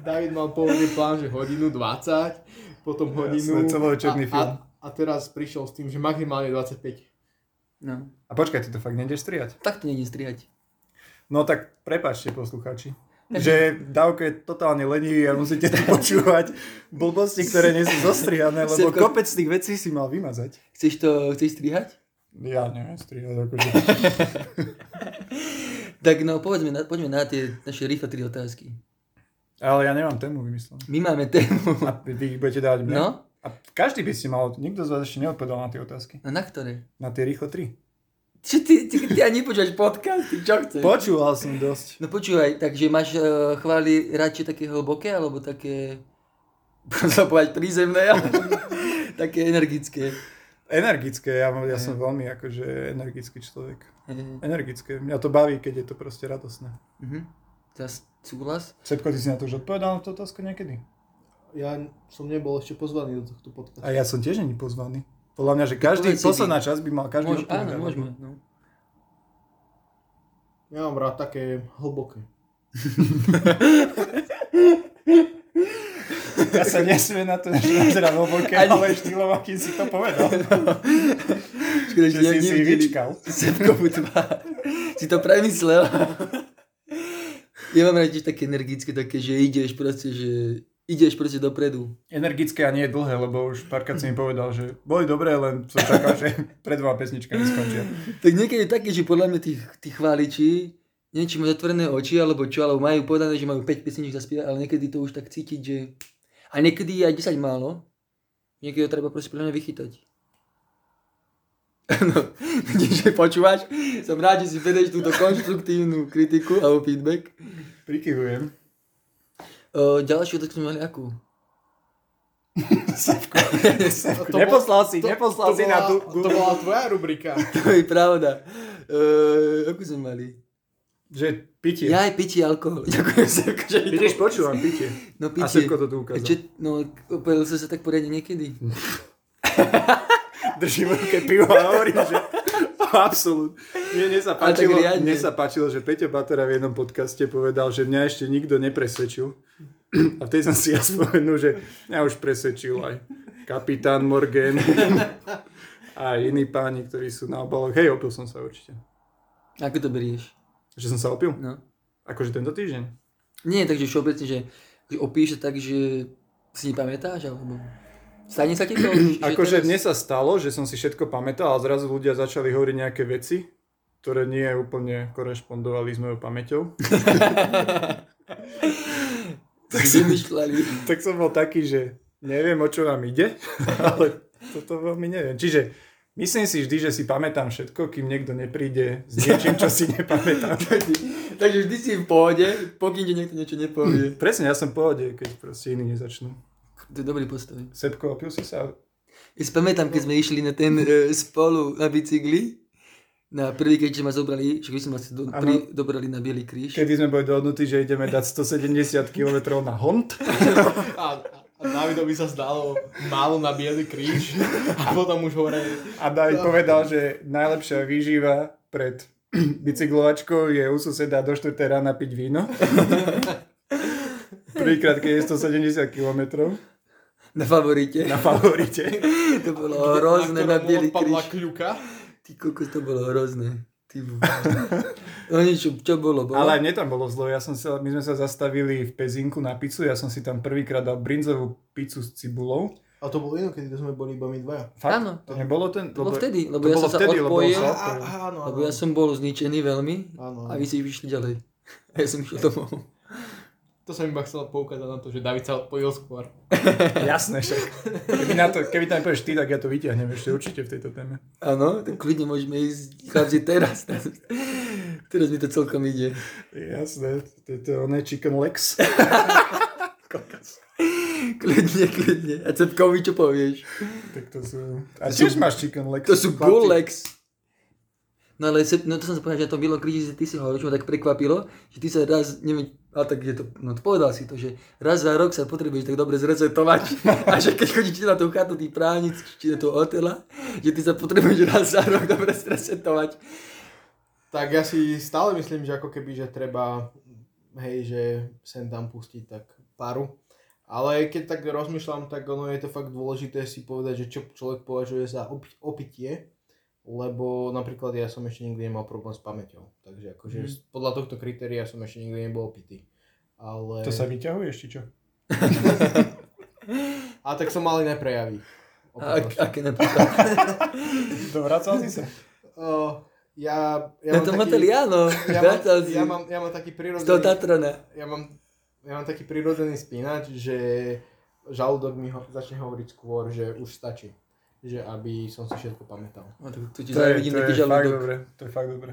S2: David mal pôvodný plán, že hodinu 20, potom hodinu.
S4: Jasné, celovečerný
S2: a, a,
S4: film.
S2: a teraz prišiel s tým, že maximálne 25.
S1: No,
S4: A počkaj, ty to fakt nejdeš strihať.
S1: tak to nejde strihať.
S4: No tak prepačte posluchači, že Davko je totálne lenivý a musíte to počúvať blbosti, ktoré nie sú zostrihané, lebo
S1: Sevko-
S4: kopec tých vecí si mal vymazať.
S1: Chceš to, chceš strihať?
S4: Ja neviem strihať, akože.
S1: Tak no, povedzme, na, poďme na tie naše rýchle tri otázky.
S4: Ale ja nemám tému vymyslenú.
S1: My máme tému.
S4: A vy ich budete dávať mne?
S1: No,
S4: A každý by ste mal, nikto z vás ešte neodpovedal na tie otázky.
S1: no na ktoré?
S4: Na tie rýchlo tri.
S1: Čo ty, ty, ty ani nepočúvaš podcasty, čo chceš?
S4: Počúval som dosť.
S1: No počúvaj, takže máš uh, chvály radšej také hlboké, alebo také, sa povedať, prízemné, alebo také energické.
S4: Energické, ja, ja som veľmi akože energický človek.
S1: Uh,
S4: Energické, mňa to baví, keď je to proste radosné.
S1: uh, Teraz súhlas?
S4: Sebko, ty si na to už odpovedal na tú otázku niekedy?
S2: Ja som nebol ešte pozvaný do tohto podcastu.
S4: A ja som tiež není pozvaný. Podľa mňa, že každý,
S1: Povedz si
S4: posledná časť by mal každý
S1: Môž,
S4: odpovedať.
S1: áno, môžeme. No.
S2: Ja mám rád také hlboké.
S4: Ja sa nesmiem na to, že nazerám oboké,
S1: Ani-
S4: ale štýlom, akým si to povedal.
S1: Škoda,
S4: Že si si vyčkal.
S1: Sebkovú tvár. Si to premyslel. Ja mám rád tiež také energické, také, že ideš proste, že ideš proste dopredu.
S4: Energické a nie je dlhé, lebo už párkrát si mi povedal, že boli dobré, len som čakal, že pred dvoma pesničkami skončia.
S1: Tak niekedy je také, že podľa mňa tých, tých chváličí, neviem, či majú zatvorené oči, alebo čo, alebo majú podané, že majú 5 pesniček zaspievať, ale niekedy to už tak cítiť, že... A niekedy je aj 10 málo. Niekedy to treba proste podľa mňa vychytať. No, vidíš, že počúvaš. Som rád, že si vedeš túto konštruktívnu kritiku alebo feedback.
S4: Prikyvujem.
S1: O, ďalšiu otázku sme mali akú?
S2: To bol-
S4: Neposlal si,
S2: to-
S4: neposlal
S2: to
S4: si na
S2: bola-
S4: tú...
S2: To bola tvoja rubrika.
S1: To je pravda. Uh, akú sme mali?
S4: Že pitie.
S1: Ja aj pitie alkohol. Ďakujem Sevko, že mi to-
S4: Vidíš, počúvam, pitie.
S1: No
S4: A
S1: pitie.
S4: Sevko to tu ukázal.
S1: Čo, no, opelil som sa tak poriadne niekedy.
S4: Držím v ruke pivo a hovorím, že absolút. Mne, mne, sa
S1: Ale tak
S4: páčilo,
S1: riadne.
S4: mne sa páčilo, že Peťo Batera v jednom podcaste povedal, že mňa ešte nikto nepresvedčil. A vtedy som si ja spomenul, že mňa už presvedčil aj kapitán Morgan a iní páni, ktorí sú na obaloch. Hej, opil som sa určite.
S1: Ako to berieš?
S4: Že som sa opil?
S1: No.
S4: Akože tento týždeň?
S1: Nie, takže všeobecne, že, že opíš sa tak, že si nepamätáš, alebo... Stane sa ti to? že- že
S4: Akože
S1: teraz-
S4: mne sa stalo, že som si všetko pamätal a zrazu ľudia začali hovoriť nejaké veci, ktoré nie úplne korešpondovali s mojou pamäťou.
S1: Vymýšľali.
S4: tak som bol taký, že neviem, o čo vám ide, ale toto veľmi neviem. Čiže myslím si vždy, že si pamätám všetko, kým niekto nepríde s niečím, čo si nepamätám.
S1: takže vždy si v pohode, pokým ti niekto niečo nepovie.
S4: Presne, ja som v pohode, keď proste iní nezačnú.
S1: Hm. To je dobrý postoj.
S4: Sebko, opil si sa?
S1: Ja si pamätám, keď sme išli na ten e, spolu na bicykli, na prvý keď ma zobrali, že sme asi do,
S4: Áno.
S1: pri, dobrali na Bielý kríž.
S4: Kedy sme boli dohodnutí, že ideme dať 170 km na hont?
S2: A, a Davidovi sa zdalo málo na biely kríž a potom už hore
S4: A David povedal, že najlepšia výživa pred bicyklovačkou je u suseda do 4. rána piť víno. Prvýkrát, keď je 170 km
S1: Na favorite.
S4: na favorite.
S1: To bolo hrozné na
S2: ktorom
S1: Bielý
S2: odpadla
S1: kríž.
S2: kľuka.
S1: Ty kokos, to bolo hrozné. Ty bu- No nič, čo bolo? bolo?
S4: Ale aj mne tam bolo zlo. Ja som sa, my sme sa zastavili v Pezinku na pizzu. Ja som si tam prvýkrát dal brinzovú pizzu s cibulou.
S2: A to bolo inokedy, keď sme boli iba my dvaja.
S4: Fakt?
S1: Áno.
S4: To nebolo ten...
S1: To bolo vtedy, lebo
S4: to
S1: ja
S4: bolo
S1: som sa
S4: vtedy, lebo
S1: odpojil.
S4: som sa
S2: Á,
S4: odpojil.
S2: áno, áno.
S1: Lebo ja som bol zničený veľmi
S2: Áno,
S1: a
S2: áno.
S1: vy si išli ďalej. A ja som išiel domov.
S2: To som iba chcel poukázať na to, že David sa odpojil skôr.
S4: Jasné však. Keby, na to, keby tam povieš ty, tak ja to vyťahnem ešte určite v tejto téme.
S1: Áno, tak kľudne môžeme ísť chlapci teraz. Teraz mi to celkom ide.
S4: Jasné. To je to oné chicken legs.
S1: Kľudne, kľudne. A Cepkovi čo povieš?
S4: tak to sú... A tiež máš chicken legs.
S1: To sú
S4: chlapci.
S1: Golex. No ale se, no to som sa povedal, že na tom Bilom kríži, ty si hovoril, čo ma tak prekvapilo, že ty sa raz, neviem, a tak je to, no povedal si to, že raz za rok sa potrebuješ tak dobre zrecetovať a že keď chodíte na tú chatu tých právnic, či na tú otela, že ty sa potrebuješ raz za rok dobre zrecetovať.
S2: Tak ja si stále myslím, že ako keby, že treba, hej, že sem tam pustiť tak paru. Ale keď tak rozmýšľam, tak ono je to fakt dôležité si povedať, že čo človek považuje za opi- opitie, lebo napríklad ja som ešte nikdy nemal problém s pamäťou. Takže akože
S4: Mhm.
S2: mm. podľa tohto kritéria som ešte nikdy nebol opitý. Ale...
S4: To sa vyťahuješ, či čo?
S2: A tak som mal iné prejavy.
S1: A, ak-
S2: Opilosti.
S1: aké napríklad.
S4: Dovracal si sa?
S2: O, ja, ja
S1: Ja na
S2: mám
S1: tom
S2: taký-
S1: hoteli, áno,
S2: ja mám,
S1: vracal si.
S2: ja, mám, ja mám taký
S1: Z toho
S2: prirodzený...
S1: Tatrana.
S2: ja mám, ja mám taký prirodzený spínač, že žalúdok mi ho, začne hovoriť skôr, že už stačí. Že aby som si všetko pamätal.
S1: No, tak tu ti
S4: To je,
S1: závidím
S4: to
S1: taký
S4: je fakt
S1: žalúdok.
S4: dobre. To je fakt dobre.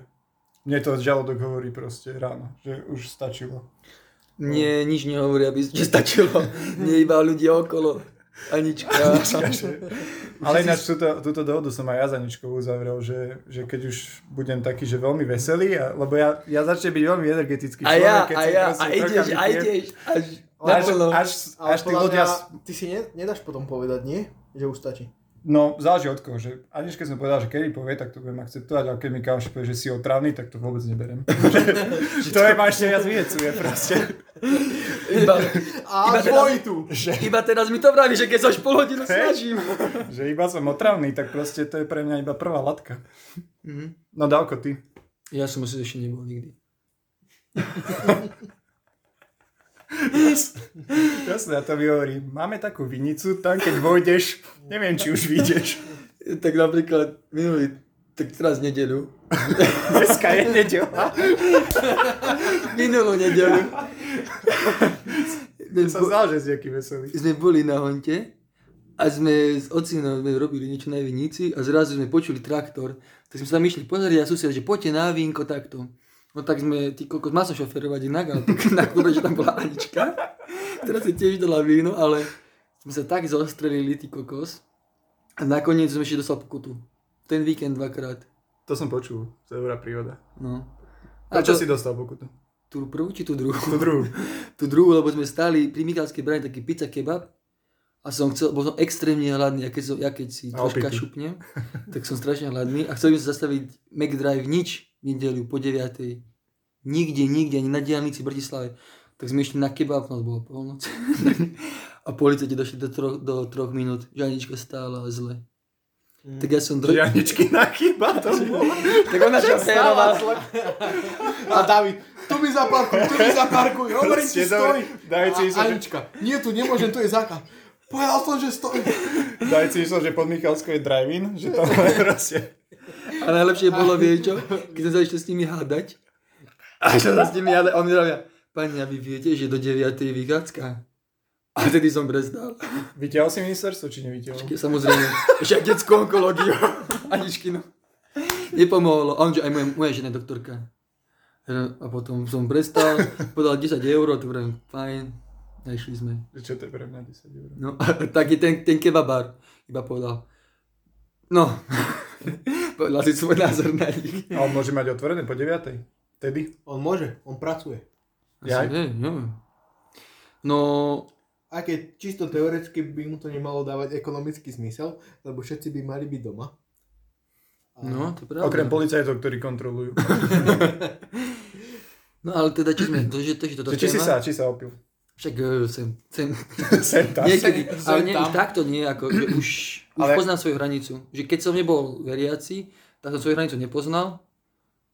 S4: Mne to žalúdok hovorí proste ráno, že už stačilo.
S1: Nie, nič nehovorí, aby že stačilo. Nie iba ľudia okolo. Anička.
S4: Ale ináč túto, túto dohodu som aj ja za Ničkou uzavrel, že, že keď už budem taký, že veľmi veselý, a, lebo ja, ja začnem byť veľmi energetický
S1: A
S4: človek,
S1: ja,
S4: keď
S1: a
S4: som
S1: ja,
S4: proste
S1: a
S4: trocha
S1: ideš, a
S4: vypijem.
S1: ideš. Až
S4: Až,
S1: naplno.
S4: až,
S2: Ale
S4: až tí
S2: podľa
S4: ľudia...
S2: mňa
S4: s-
S2: Ty si ne, nedáš potom povedať, nie? Že už stačí.
S4: No, záleží od koho, že Aniž keď som povedal, že kedy povie, tak to budem akceptovať, ale keď mi kamoš povie, že si otravný, tak to vôbec neberem. Že to je ma ešte viac vyjecuje proste.
S1: Iba, Iba
S2: A
S4: teda-
S1: teraz-
S2: dvojitu!
S1: iba teraz mi to vraví, že keď sa už pol hodinu
S4: Hej.
S1: snažím.
S4: Že iba som otravný, tak proste to je pre mňa iba prvá latka.
S1: Mhm.
S4: No dávko ty.
S1: Ja som asi ešte nebol nikdy.
S4: Jasné, ja to vyhovorím. Máme takú vinicu, tam keď vojdeš, neviem, či už vyjdeš.
S1: Tak napríklad minulý, tak teraz nedeľu.
S4: Dneska je nedela.
S1: Minulú nedeľu.
S4: Som znal, že si aký veselý.
S1: sme boli na honte a sme s ocinom sme robili niečo na vinici a zrazu sme počuli traktor. Tak sme sa tam išli pozrieť a sused, že poďte na vínko takto. No tak sme, ty kokos, mal som šoferovať inak, ale tak na dobre, že tam bola Anička, ktorá si tiež dala víno, ale sme sa tak zostrelili, ty kokos. A nakoniec sme ešte dostali pokutu. Ten víkend dvakrát.
S4: To som počul, to je dobrá príhoda.
S1: No.
S4: A čo
S1: to-
S4: si dostal pokutu?
S1: Tú prvú či tú druhú?
S4: Tú druhú.
S1: tú druhú, lebo sme stáli pri Michalskej bráne taký pizza kebab a som chcel, bol som extrémne hladný a keď, som, ja keď si
S4: A
S1: troška
S4: opitý.
S1: šupnem, tak som strašne hladný a chcel by som zastaviť McDrive nič v nedeliu po 9. Nikde, nikde, ani na diálnici v Bratislave. Tak sme išli na kebab, nás bolo polnoc. a policajti došli do troch, do troch minút, že Anička stála zle.
S4: Mm.
S1: Tak ja som do...
S4: Žianičky na chyba to bolo.
S1: Tak ona šoférovala.
S4: teda-
S2: A David, tu mi zaparkuj, tu mi zaparkuj, hovorím ti,
S4: Ste dobre.
S2: stoj!
S4: Daj si
S2: A
S4: sa, že
S2: Anička, nie, tu nemôžem, tu je zákaz. Povedal som, že stoj.
S4: Daj si myslel, že pod Michalskou je drive-in, že tam je proste.
S1: A najlepšie bolo, vieš čo, keď som sa ešte s nimi hádať, a že sa s nimi hádať, a oni robia, pani, a vy viete, že do 9. je vychádzka? A vtedy som prestal.
S4: Vyťahol si ministerstvo, či nevyťahol?
S1: Ke- Samozrejme, že aj detskú onkológiu, Aničkinu. Nepomohlo. A on, že aj moja, moja žena je doktorka. A potom som prestal, podal 10 eur, to hovorím, fajn, a išli sme.
S4: Že Čo to je pre mňa 10 eur?
S1: No, taký ten, ten kebabár iba povedal, no, povedal si svoj názor na nich.
S4: A on môže mať otvorené po 9. Tedy?
S2: On môže, on pracuje.
S4: Ja-
S1: Ja? Hej, neviem. No,
S2: Aj keď čisto teoreticky by mu to nemalo dávať ekonomický zmysel, lebo všetci by mali byť doma. A
S1: no, to je pravda.
S4: Okrem policajtov, ktorí kontrolujú.
S1: No ale teda, či sme, to, že, to, že toto
S4: Že či si sa, či sa opil.
S1: Však uh, sem, sem,
S4: Sem tam.
S1: niekedy,
S2: sem
S1: ale nie,
S2: tam.
S1: už takto nie, ako, že už, už
S4: Ale-
S1: poznám svoju hranicu. Že keď som nebol veriaci, tak som svoju hranicu nepoznal,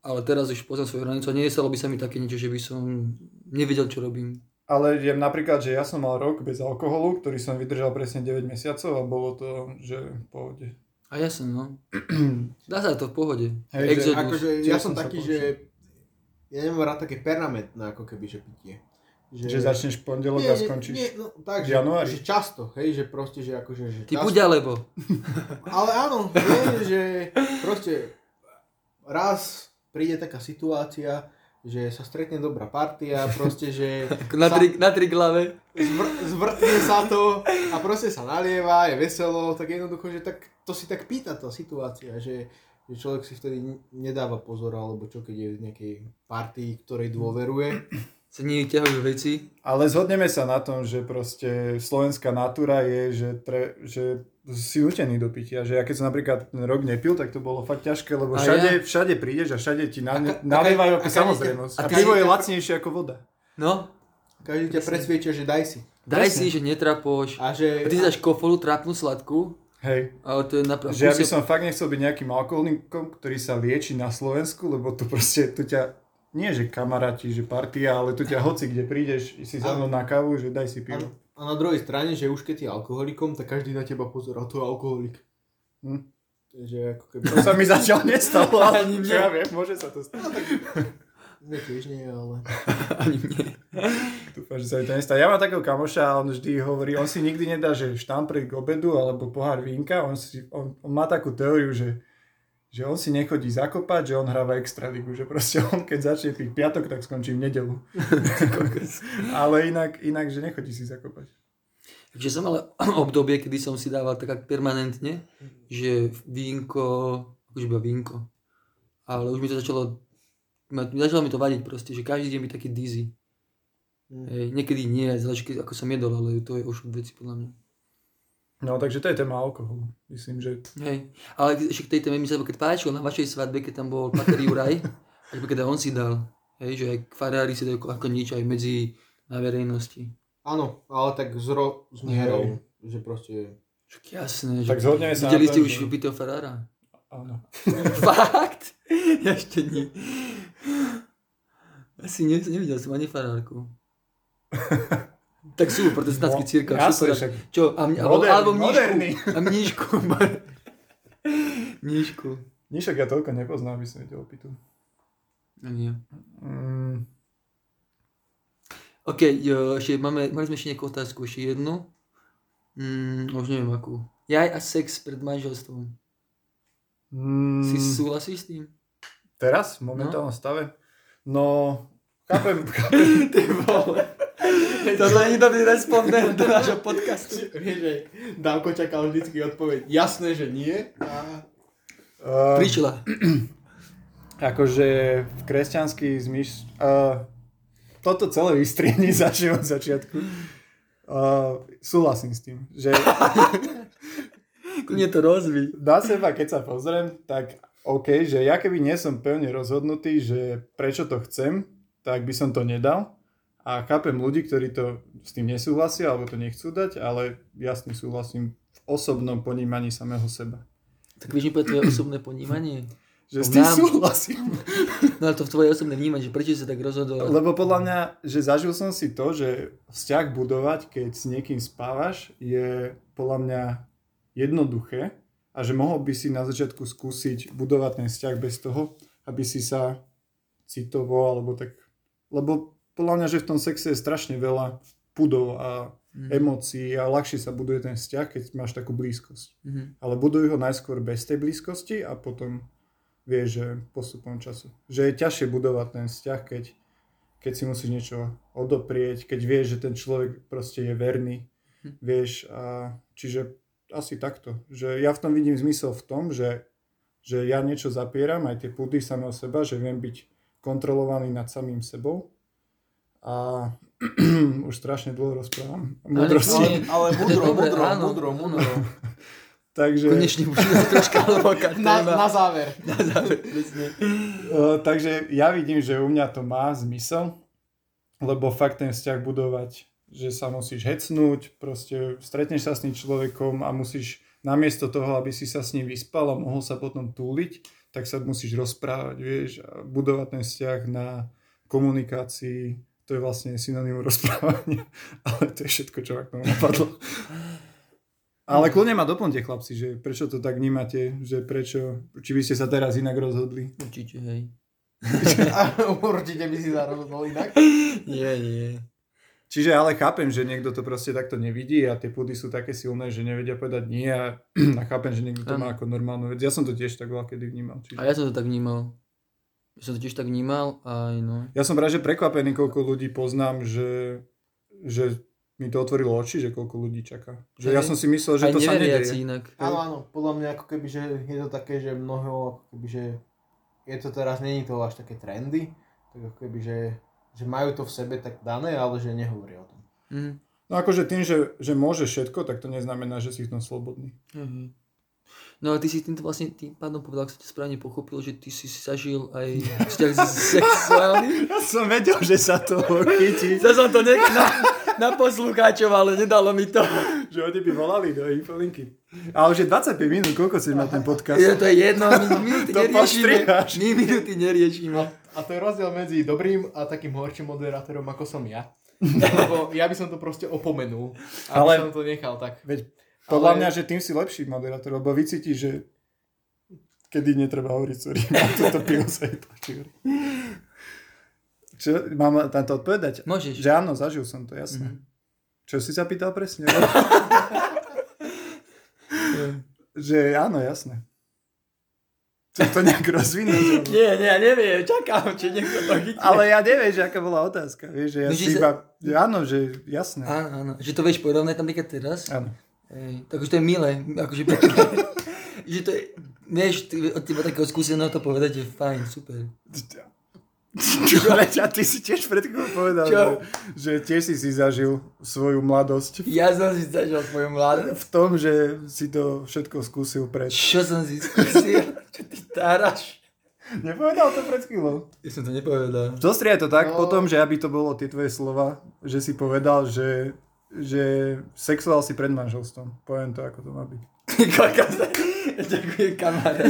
S1: ale teraz už poznám svoju hranicu a nestalo by sa mi také niečo, že by som nevedel, čo robím.
S4: Ale viem napríklad, že ja som mal rok bez alkoholu, ktorý som vydržal presne 9 mesiacov a bolo to, že v pohode.
S1: A ja som, no. Dá sa to v pohode. Exodus.
S4: Hej, že
S2: Akože
S4: Tiež
S2: ja som
S4: som sa
S2: taký,
S4: poučil.
S2: že ja nemám rád také permanentné ako keby, že pitie.
S4: Že začneš v pondelok
S2: nie,
S4: a
S2: nie,
S4: skončíš.
S2: Nie, no, tak,
S4: v
S2: že,
S4: januári.
S2: že často, hej, že proste, že akože, že
S1: Ty
S2: často,
S1: buď alebo.
S2: Ale áno, viem, že proste raz príde taká situácia, že sa stretne dobrá partia, proste, že
S1: Na
S2: sa-
S1: tri, na tri glave.
S2: Zvr- zvrtne sa to a proste sa nalieva, je veselo, tak jednoducho, že tak, to si tak pýta tá situácia, že že človek si vtedy n- nedáva pozor, alebo čo, keď je v nejakej partii, ktorej dôveruje.
S1: Sa nevyťahujú veci.
S4: Ale zhodneme sa na tom, že proste slovenská natúra je, že, tre, že si nutený do pitia. Že ja keď som napríklad ten rok nepil, tak to bolo fakt ťažké, lebo
S1: A
S4: všade,
S1: ja?
S4: všade prídeš a všade ti
S1: A
S4: na,
S1: ka- a ka-
S4: nalievajú ako
S1: a ka-
S4: samozrejmosť.
S1: a
S4: A
S1: ka-
S4: pivo je lacnejšie ako voda.
S1: No,
S2: Každý ťa
S1: Presne.
S2: presvieča, že daj si.
S1: daj
S4: Presne.
S1: si, že netrapoš.
S2: A
S1: A
S2: že...
S1: ty si dáš kofolu, trápnu sladkú,
S4: Hej.
S1: ale to je napravdu.
S4: Že ja by som fakt nechcel byť nejakým alkoholikom, ktorý sa lieči na Slovensku, lebo to proste, tu ťa, nie že kamaráti, že partia, ale tu ťa hoci, kde prídeš, si za mnou na kávu, že daj si
S2: a,
S4: pivo.
S2: a na druhej strane, že už keď si alkoholikom, tak každý na teba pozerá, to je alkoholik.
S4: Hm.
S2: Takže ako keby...
S4: To sa mi zatiaľ nestalo, ale
S1: Ani mne.
S4: čo ja viem, môže sa to stať.
S2: Mne tiež nie, ale...
S1: Ani nie.
S4: Dúfam, že sa mi to nestane. Ja mám takého kamoša a on vždy hovorí, on si nikdy nedá, že štamprek k obedu alebo pohár vínka, on, si, on, on má takú teóriu, že že on si nechodí zakopať, že on hráva extraligu, že proste on keď začne piť piatok, tak skončí v nedelu. Ale inak, inak, že nechodí si zakopať.
S1: Takže som ale obdobie, kedy som si dával tak ak permanentne, že vínko, už iba vínko. Ale už mi to začalo, ma- začalo mi to vadiť proste, že každý deň byť taký dizzy.
S4: Mm.
S2: Hm.
S1: Hej, niekedy nie, záleží keď- ako som jedol, ale to je už veci podľa mňa.
S4: No, takže to je téma alkoholu. Myslím, že...
S1: Hej. Ale k- ešte k tej téme mi sa keď páčilo na vašej svadbe, keď tam bol Pater Juraj, tak by keď on si dal. Hej, že aj farári si dajú ako, ako nič aj medzi na verejnosti.
S2: Áno, ale tak z, ro... z mierou, že proste...
S1: Však jasné, že
S4: Tak zhodneme sa na
S1: videli
S4: tom,
S1: ste
S4: že-
S1: už Vito Ferrara.
S4: Áno.
S1: Fakt? Ja ešte nie. Asi ne, nevidel som ani farárku. tak sú protestantský
S4: No,
S1: církev.
S4: jasné,
S1: super.
S4: však.
S1: Čo, a mne, alebo, alebo
S4: Moderný,
S1: mníšku.
S4: moderný.
S1: A mníšku. mníšku.
S4: Nišak ja toľko nepoznám, by som videl opitu.
S1: No nie.
S4: Mm,
S1: OK, jo, ešte máme, mali sme ešte nejakú otázku, ešte jednu. Mm, už neviem akú. Jaj a sex pred manželstvom.
S4: mm,
S1: Si súhlasíš s tým?
S4: Teraz? V momentálnom stave? No, chápem, chápem.
S1: Ty vole. To není dobrý respondent do nášho podcastu.
S2: Vieš, že Dávko čakal vždycky odpoveď. Jasné, že nie. A...
S4: Uh,
S1: Prišla.
S4: akože v kresťanský zmyš... Uh, toto celé vystriedni začne od začiatku. Uh, súhlasím s tým, že
S1: Kľudne to rozvíj.
S4: na seba, keď sa pozriem, tak OK, že ja keby nie som pevne rozhodnutý, že prečo to chcem, tak by som to nedal. A chápem ľudí, ktorí to s tým nesúhlasia alebo to nechcú dať, ale jasne súhlasím v osobnom ponímaní samého seba.
S1: Tak vieš mi povedať tvoje osobné ponímanie?
S4: Že s tým
S1: Nám.
S4: súhlasím.
S1: No ale to v tvoje osobné vnímanie, že prečo si sa tak rozhodol?
S4: Lebo podľa mňa, že zažil som si to, že vzťah budovať, keď s niekým spávaš, je podľa mňa jednoduché a že mohol by si na začiatku skúsiť budovať ten vzťah bez toho, aby si sa citovo alebo tak... Lebo podľa mňa, že v tom sexe je strašne veľa pudov a
S1: Mhm.
S4: emócií a ľahšie sa buduje ten vzťah, keď máš takú blízkosť.
S1: Mhm.
S4: Ale budujú ho najskôr bez tej blízkosti a potom vieš, že postupom času. Že je ťažšie budovať ten vzťah, keď, keď si musíš niečo odoprieť, keď vieš, že ten človek proste je verný.
S1: Hm.
S4: Vieš, a čiže asi takto. Že ja v tom vidím zmysel v tom, že, že ja niečo zapieram, aj tie pudy samého seba, že viem byť kontrolovaný nad samým sebou. A už strašne dlho rozprávam.
S1: Ale-
S4: Múdrosti.
S2: ale
S1: mudro, Dobre, mudro, áno. mudro, mudro.
S4: Takže...
S1: Konečne už je troška hlboká
S2: Na, na
S1: téma.
S2: záver.
S1: Na záver, presne.
S4: Uh, takže ja vidím, že u mňa to má zmysel, lebo fakt ten vzťah budovať, že sa musíš hecnúť, proste stretneš sa s tým človekom a musíš namiesto toho, aby si sa s ním vyspal a mohol sa potom túliť, tak sa musíš rozprávať, vieš, a budovať ten vzťah na komunikácii, to je vlastne synonymum rozprávania, ale to je všetko, čo ma k tomu napadlo. Ale kľudne ma doplňte, chlapci, že prečo to tak vnímate, že prečo, či by ste sa teraz inak rozhodli.
S1: Určite, hej.
S2: Určite by si zarobil inak.
S1: Nie, nie.
S4: Čiže ale chápem, že niekto to proste takto nevidí a tie pudy sú také silné, že nevedia povedať nie a, a chápem, že niekto to má ako normálnu vec. Ja som to tiež tak veľa kedy vnímal.
S1: A
S4: Čiže...
S1: ja som to tak vnímal. Ja som to tiež tak vnímal a aj no.
S4: Ja som práve že prekvapený, koľko ľudí poznám, že, že mi to otvorilo oči, že koľko ľudí čaká. Že
S1: Hej.
S4: ja som si myslel, že
S1: Aj
S4: to sa
S1: neveriaci
S4: nedieje.
S1: inak.
S2: Áno, áno, podľa mňa ako keby, že je to také, že mnoho, ako keby, že je to teraz, není to až také trendy, tak ako keby, že, že majú to v sebe tak dané, ale že nehovoria o tom.
S1: Mm.
S4: No akože tým, že, že môže všetko, tak to neznamená, že si v tom slobodný.
S1: Mhm. No a ty si týmto vlastne tým pádom povedal, ak som ťa správne pochopil, že ty si zažil aj vzťah sexuálny.
S4: Ja som vedel, že sa to chytí.
S1: Ja som to ne- na, na poslucháčov, ale nedalo mi to.
S4: že oni by volali do infolinky. Ale už je 25 minút, koľko si mať ten podcast?
S1: Je to je jedno, my minúty
S4: To
S1: neriešime.
S4: postriháš.
S1: My minúty neriešime.
S2: A to je rozdiel medzi dobrým a takým horším moderátorom, ako som ja. Lebo ja by som to proste opomenul. Ale... som
S4: Ale-
S2: to nechal tak.
S4: Veď podľa
S2: Ale-
S4: mňa, že tým si lepší moderátor, lebo vycítiš, že kedy netreba hovoriť, sorry, mám toto pivo sa je točil. Čo, mám na to odpovedať?
S1: Môžeš.
S4: Že áno, zažil som to,
S1: Mhm.
S4: jasné. Čo si sa pýtal presne? že áno, jasné. Chcem to nejak rozvinúť.
S1: Nie, nie, ja neviem, čakám, či niekto to chytí.
S4: Ale ja neviem, že aká bola otázka. Vieš, že
S1: No,
S4: ja
S1: že
S4: si
S1: sa-
S4: iba... Že áno, že jasné.
S1: Áno, áno, že to vieš porovnať tam napríklad teraz.
S4: Áno.
S1: Ej, tak už to je milé, akože že to je, vieš, ty, od teba takého skúseného to povedať je fajn, super.
S4: Čo? Ale a ty si tiež pred chvíľou povedal,
S1: Čo?
S4: že, že tiež si si zažil svoju mladosť
S1: Ja som si zažil svoju mladosť.
S4: v tom, že si to všetko skúsil pred...
S1: Čo som si skúsil? Čo ty táraš?
S4: Nepovedal to pred chvíľou.
S1: Ja som to nepovedal.
S4: Zostria to tak
S2: No.
S4: no. potom, že aby to bolo tie tvoje slova, že si povedal, že, že sexuál si pred manželstvom. Poviem to, ako to má byť.
S1: Ty kokos. Ďakujem kamarát.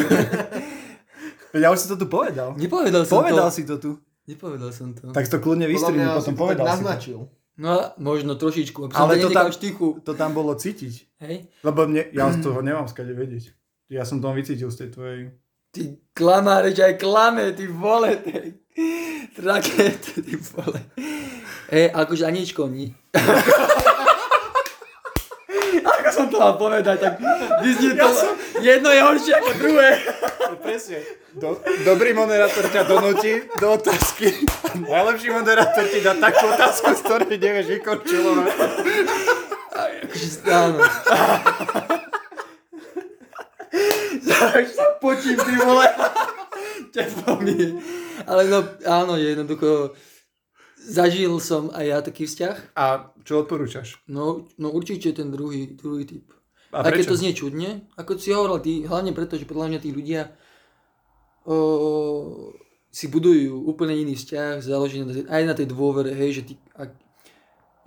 S4: Veď Ja už si to tu povedal.
S1: Nepovedal som
S4: Povedal
S1: to.
S4: si to tu.
S1: Nepovedal som to.
S4: Tak to kľudne vystrihni, potom povedal si to.
S2: naznačil.
S1: No a možno trošičku, aby som
S4: Ale
S1: to
S4: to tam,
S1: nenechal v štychu.
S4: to tam bolo cítiť.
S1: Hej?
S4: Lebo mne, ja z toho nemám skade vedieť. Ja som to vycítil z tej tvojej...
S1: Ty klamáreč aj klame, ty vole, ty. Raket, ty vole. Hej, akože Aničko, ni... Ako som to mal povedať, tak vyznie to... Jedno je horšie ako druhé.
S4: Presne. Do, dobrý moderátor ťa donúti do otázky. Najlepší moderátor ti dá takú otázku, z ktorej nevieš vykončilovať.
S1: Akože áno. Až sa potím, ty vole. Teplo mi je. Ale no, áno, jednoducho... Zažil som aj ja taký vzťah.
S4: A čo odporúčaš?
S1: No, no určite ten druhý, druhý typ.
S4: A
S1: A Aj keď
S4: prečo?
S1: to znie čudne, ako si hovoril, ty, hlavne preto, že podľa mňa tí ľudia o, si budujú úplne iný vzťah, založený na tej- aj na tej dôvere, hej, že, ty, ak,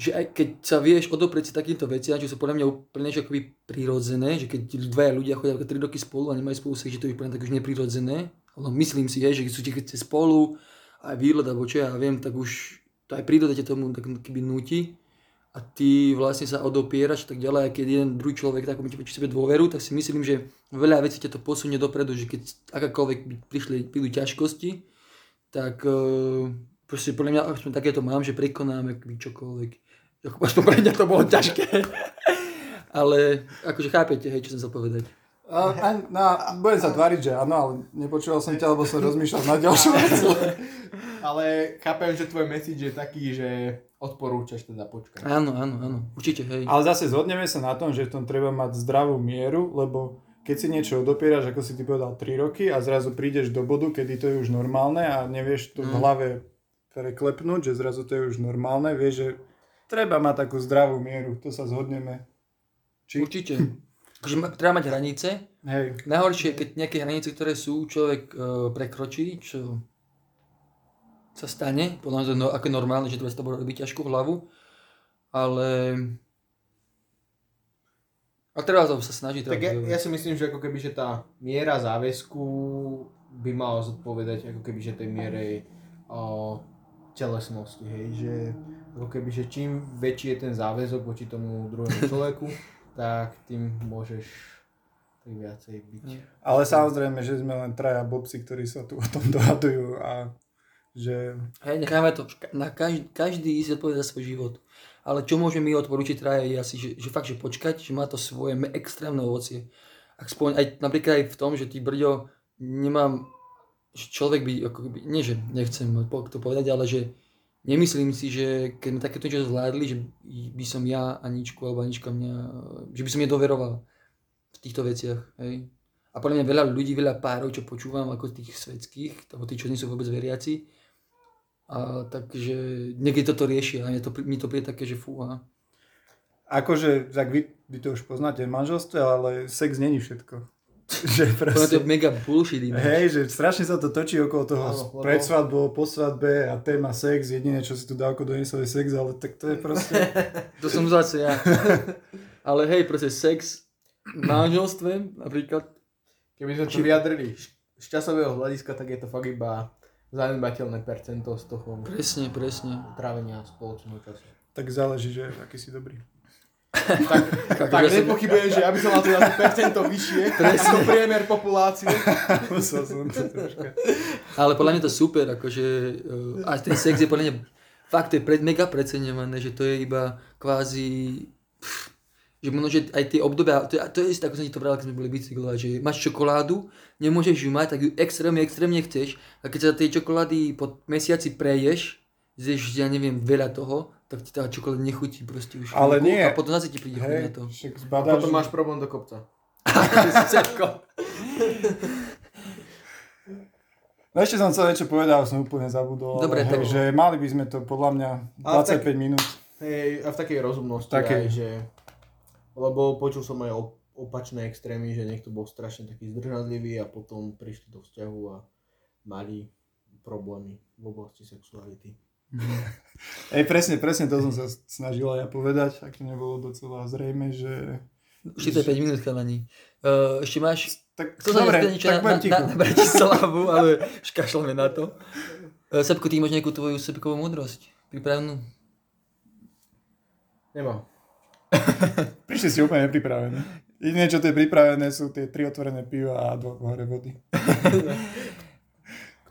S1: že aj keď sa vieš odoprieť si takýmto veciam, čo sú podľa mňa úplne že akoby prirodzené, že keď dvaja ľudia chodia 3 roky spolu a nemajú spolu sex, že to je úplne tak už neprirodzené, no, myslím si, hej, že sú ti keď ste spolu, aj výlet, alebo čo ja viem, tak už to aj príroda ťa tomu tak keby nutí a ty vlastne sa odopieraš a tak ďalej a keď jeden druhý človek tak ti voči sebe dôveru, tak si myslím, že veľa vecí ťa to posunie dopredu, že keď akákoľvek by prišli, prídu ťažkosti, tak uh, proste podľa mňa aspoň takéto mám, že prekonáme akoby čokoľvek. Ako- Aspoň pre mňa to bolo ťažké. Ale akože chápete, hej, čo som chcel povedať.
S4: A, a, na, budem sa tváriť, že áno, ale nepočúval som ťa, lebo som rozmýšľal na ďalšiu vec.
S2: Ale chápem, že tvoj message je taký, že odporúčaš teda počkať.
S1: Áno, áno, áno, určite, hej.
S4: Mhm. Ale zase zhodneme sa na tom, že v tom treba mať zdravú mieru, lebo keď si niečo odopieraš, ako si ty povedal, 3 roky a zrazu prídeš do bodu, kedy to je už normálne a nevieš to v
S1: Mm.
S4: hlave preklepnúť, že zrazu to je už normálne, vieš, že treba mať takú zdravú mieru, to sa zhodneme. Či?
S1: Určite. Akože ma- treba mať hranice,
S4: Hej.
S1: Najhoršie je, keď nejaké hranice, ktoré sú, človek e, prekročí, čo sa stane. Podľa mňa to je no, ako je normálne, že to bez toho bude robiť ťažkú hlavu. Ale... A treba to sa snažiť. Treba
S2: Tak ja,
S1: bojovať.
S2: ja si myslím, že ako keby, že tá miera záväzku by mala zodpovedať ako keby, že tej miere o, telesnosti, hej, že ako keby, že čím väčší je ten záväzok voči tomu druhému človeku, tak tým môžeš tak viacej byť.
S4: Ale samozrejme, že sme len traja bobsi, ktorí sa tu o tom dohadujú a že...
S1: Hej, necháme to. Ka- Na každý, každý si zodpoveda za svoj život. Ale čo môžeme my odporúčiť traja je asi, že, že fakt, že počkať, že má to svoje me- extrémne ovocie. Ak spoň, aj, napríklad aj v tom, že ty brďo, nemám, že človek by, ako by, nie že nechcem po- to povedať, ale že Nemyslím si, že keď sme takéto niečo zvládli, že by som ja Aničku alebo Anička mňa, že by som jej doveroval v týchto veciach. Hej? A podľa mňa veľa ľudí, veľa párov, čo počúvam ako tých svetských, alebo tí, čo nie sú vôbec veriaci, a takže niekde toto riešia a mne to, pri- mi to príde také, že fúha.
S4: Akože, tak vy, vy to už poznáte v manželstve, ale sex není všetko. že
S1: Podľa to je
S4: proste,
S1: mega bullshit iné.
S4: hej, že strašne sa to točí okolo toho
S2: Áno, lebo-
S4: pred svadbou, po svadbe a téma sex, jediné, čo si tu dávko doniesol je sex, ale tak to je proste...
S1: To som zase ja. Ale hej, proste sex v manželstve napríklad.
S2: Keby sme to vyjadrili š- z časového hľadiska, tak je to fakt iba zanedbateľné percento z toho
S1: Presne, presne.
S2: trávenia spoločného času.
S4: tak záleží, že aký si dobrý.
S2: Tak,
S1: že som-
S2: nepochybujem, že aby som mal to na to percento vyššie, ako priemer populácie.
S4: Musel som to troška.
S1: Ale podľa mňa to super, akože uh, a ten sex je podľa mňa fakt to je pred, mega preceňované, že to je iba kvázi pff, že možno, že aj tie obdobia, to je, to je isté, ako som ti to vral, keď sme boli bicyklovať, že máš čokoládu, nemôžeš ju mať, tak ju extrémne, extrémne chceš a keď sa tej čokolády po mesiaci preješ, zješ, ja neviem, veľa toho, tak ti tá čokoláda nechutí proste už.
S4: Ale
S1: chvíľku
S4: nie.
S1: A potom zase ti príde chuť na
S4: Hej,
S1: to.
S4: však
S2: A
S4: zbadáš,
S2: potom máš problém do kopca.
S4: No ešte som chcel niečo povedať, ale som úplne zabudol.
S1: Dobre,
S4: ale, hej,
S1: tak-
S4: že mali by sme to podľa mňa
S2: Ale
S4: 25
S2: tak-
S4: minút.
S2: Hej, a v takej rozumnosti
S4: Takej.
S2: Také. aj, že... Lebo počul som aj o- opačné extrémy, že niekto bol strašne taký zdržanlivý a potom prišli do vzťahu a mali problémy v oblasti sexuality.
S4: Ej, presne, presne to som sa snažila ja povedať, ak to nebolo docela zrejme, že...
S1: Už to je 5 minút, chalani. Uh, ešte máš
S4: Tak,
S1: Chcel som
S4: dobre,
S1: dobre, niečo
S4: tak
S1: na,
S4: budem
S1: na,
S4: ticho.
S1: na Bratislavu, ale už kašľame na to. E, Sebko, ty máš nejakú tvoju sebekovú múdrosť? Prípravnú?
S2: Nemám.
S4: Prišli si úplne nepripravení. Jediné, čo tu je pripravené, sú tie tri otvorené piva a dva pohare vody.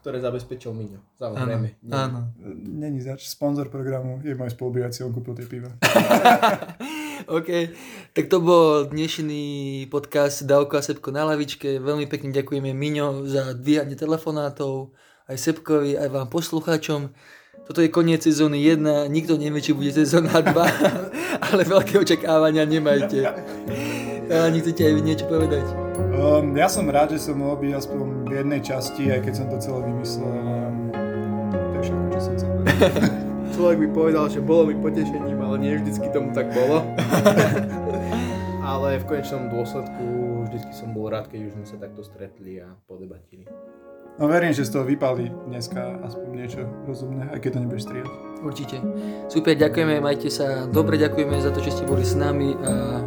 S2: Ktoré zabezpečil Miňo.
S1: Áno.
S2: Samozrejme. nie.
S1: Áno.
S4: Není zač. Sponzor programu je môj spolubývací, on kúpil tie piva.
S1: OK, tak to bol dnešný podcast Dávko a Sebko na lavičke. Veľmi pekne ďakujeme Miňo za dvíhanie telefonátov, aj Sebkovi, aj vám poslucháčom. Toto je koniec sezóny 1, nikto nevie, či bude sezóna 2, ale veľké očakávania nemajte. Ale chcete aj vy niečo povedať?
S4: Um, ja som rád, že som mohol byť aspoň v jednej časti, aj keď som to celé vymyslel. Um, to je všetko, čo som chcel povedať.
S2: Človek by povedal, že bolo mi potešením, ale nie vždycky tomu tak bolo. ale v konečnom dôsledku vždycky som bol rád, keď už sme sa takto stretli a podebatili.
S4: No verím, že z toho vypali dneska aspoň niečo rozumné, aj keď to nebudeš strihať.
S1: Určite. Super, ďakujeme, majte sa dobre, ďakujeme za to, že ste boli s nami a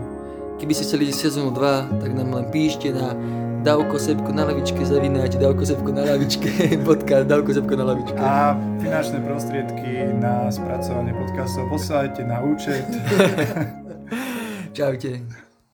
S1: keby ste chceli ísť sezónu 2, tak nám len píšte na Davko Sepko na lavičke, zavináte Davko Sepko na lavičke, podcast Davko Sepko na lavičke.
S4: A finančné prostriedky na spracovanie podcastov posielajte na účet.
S1: Čaute.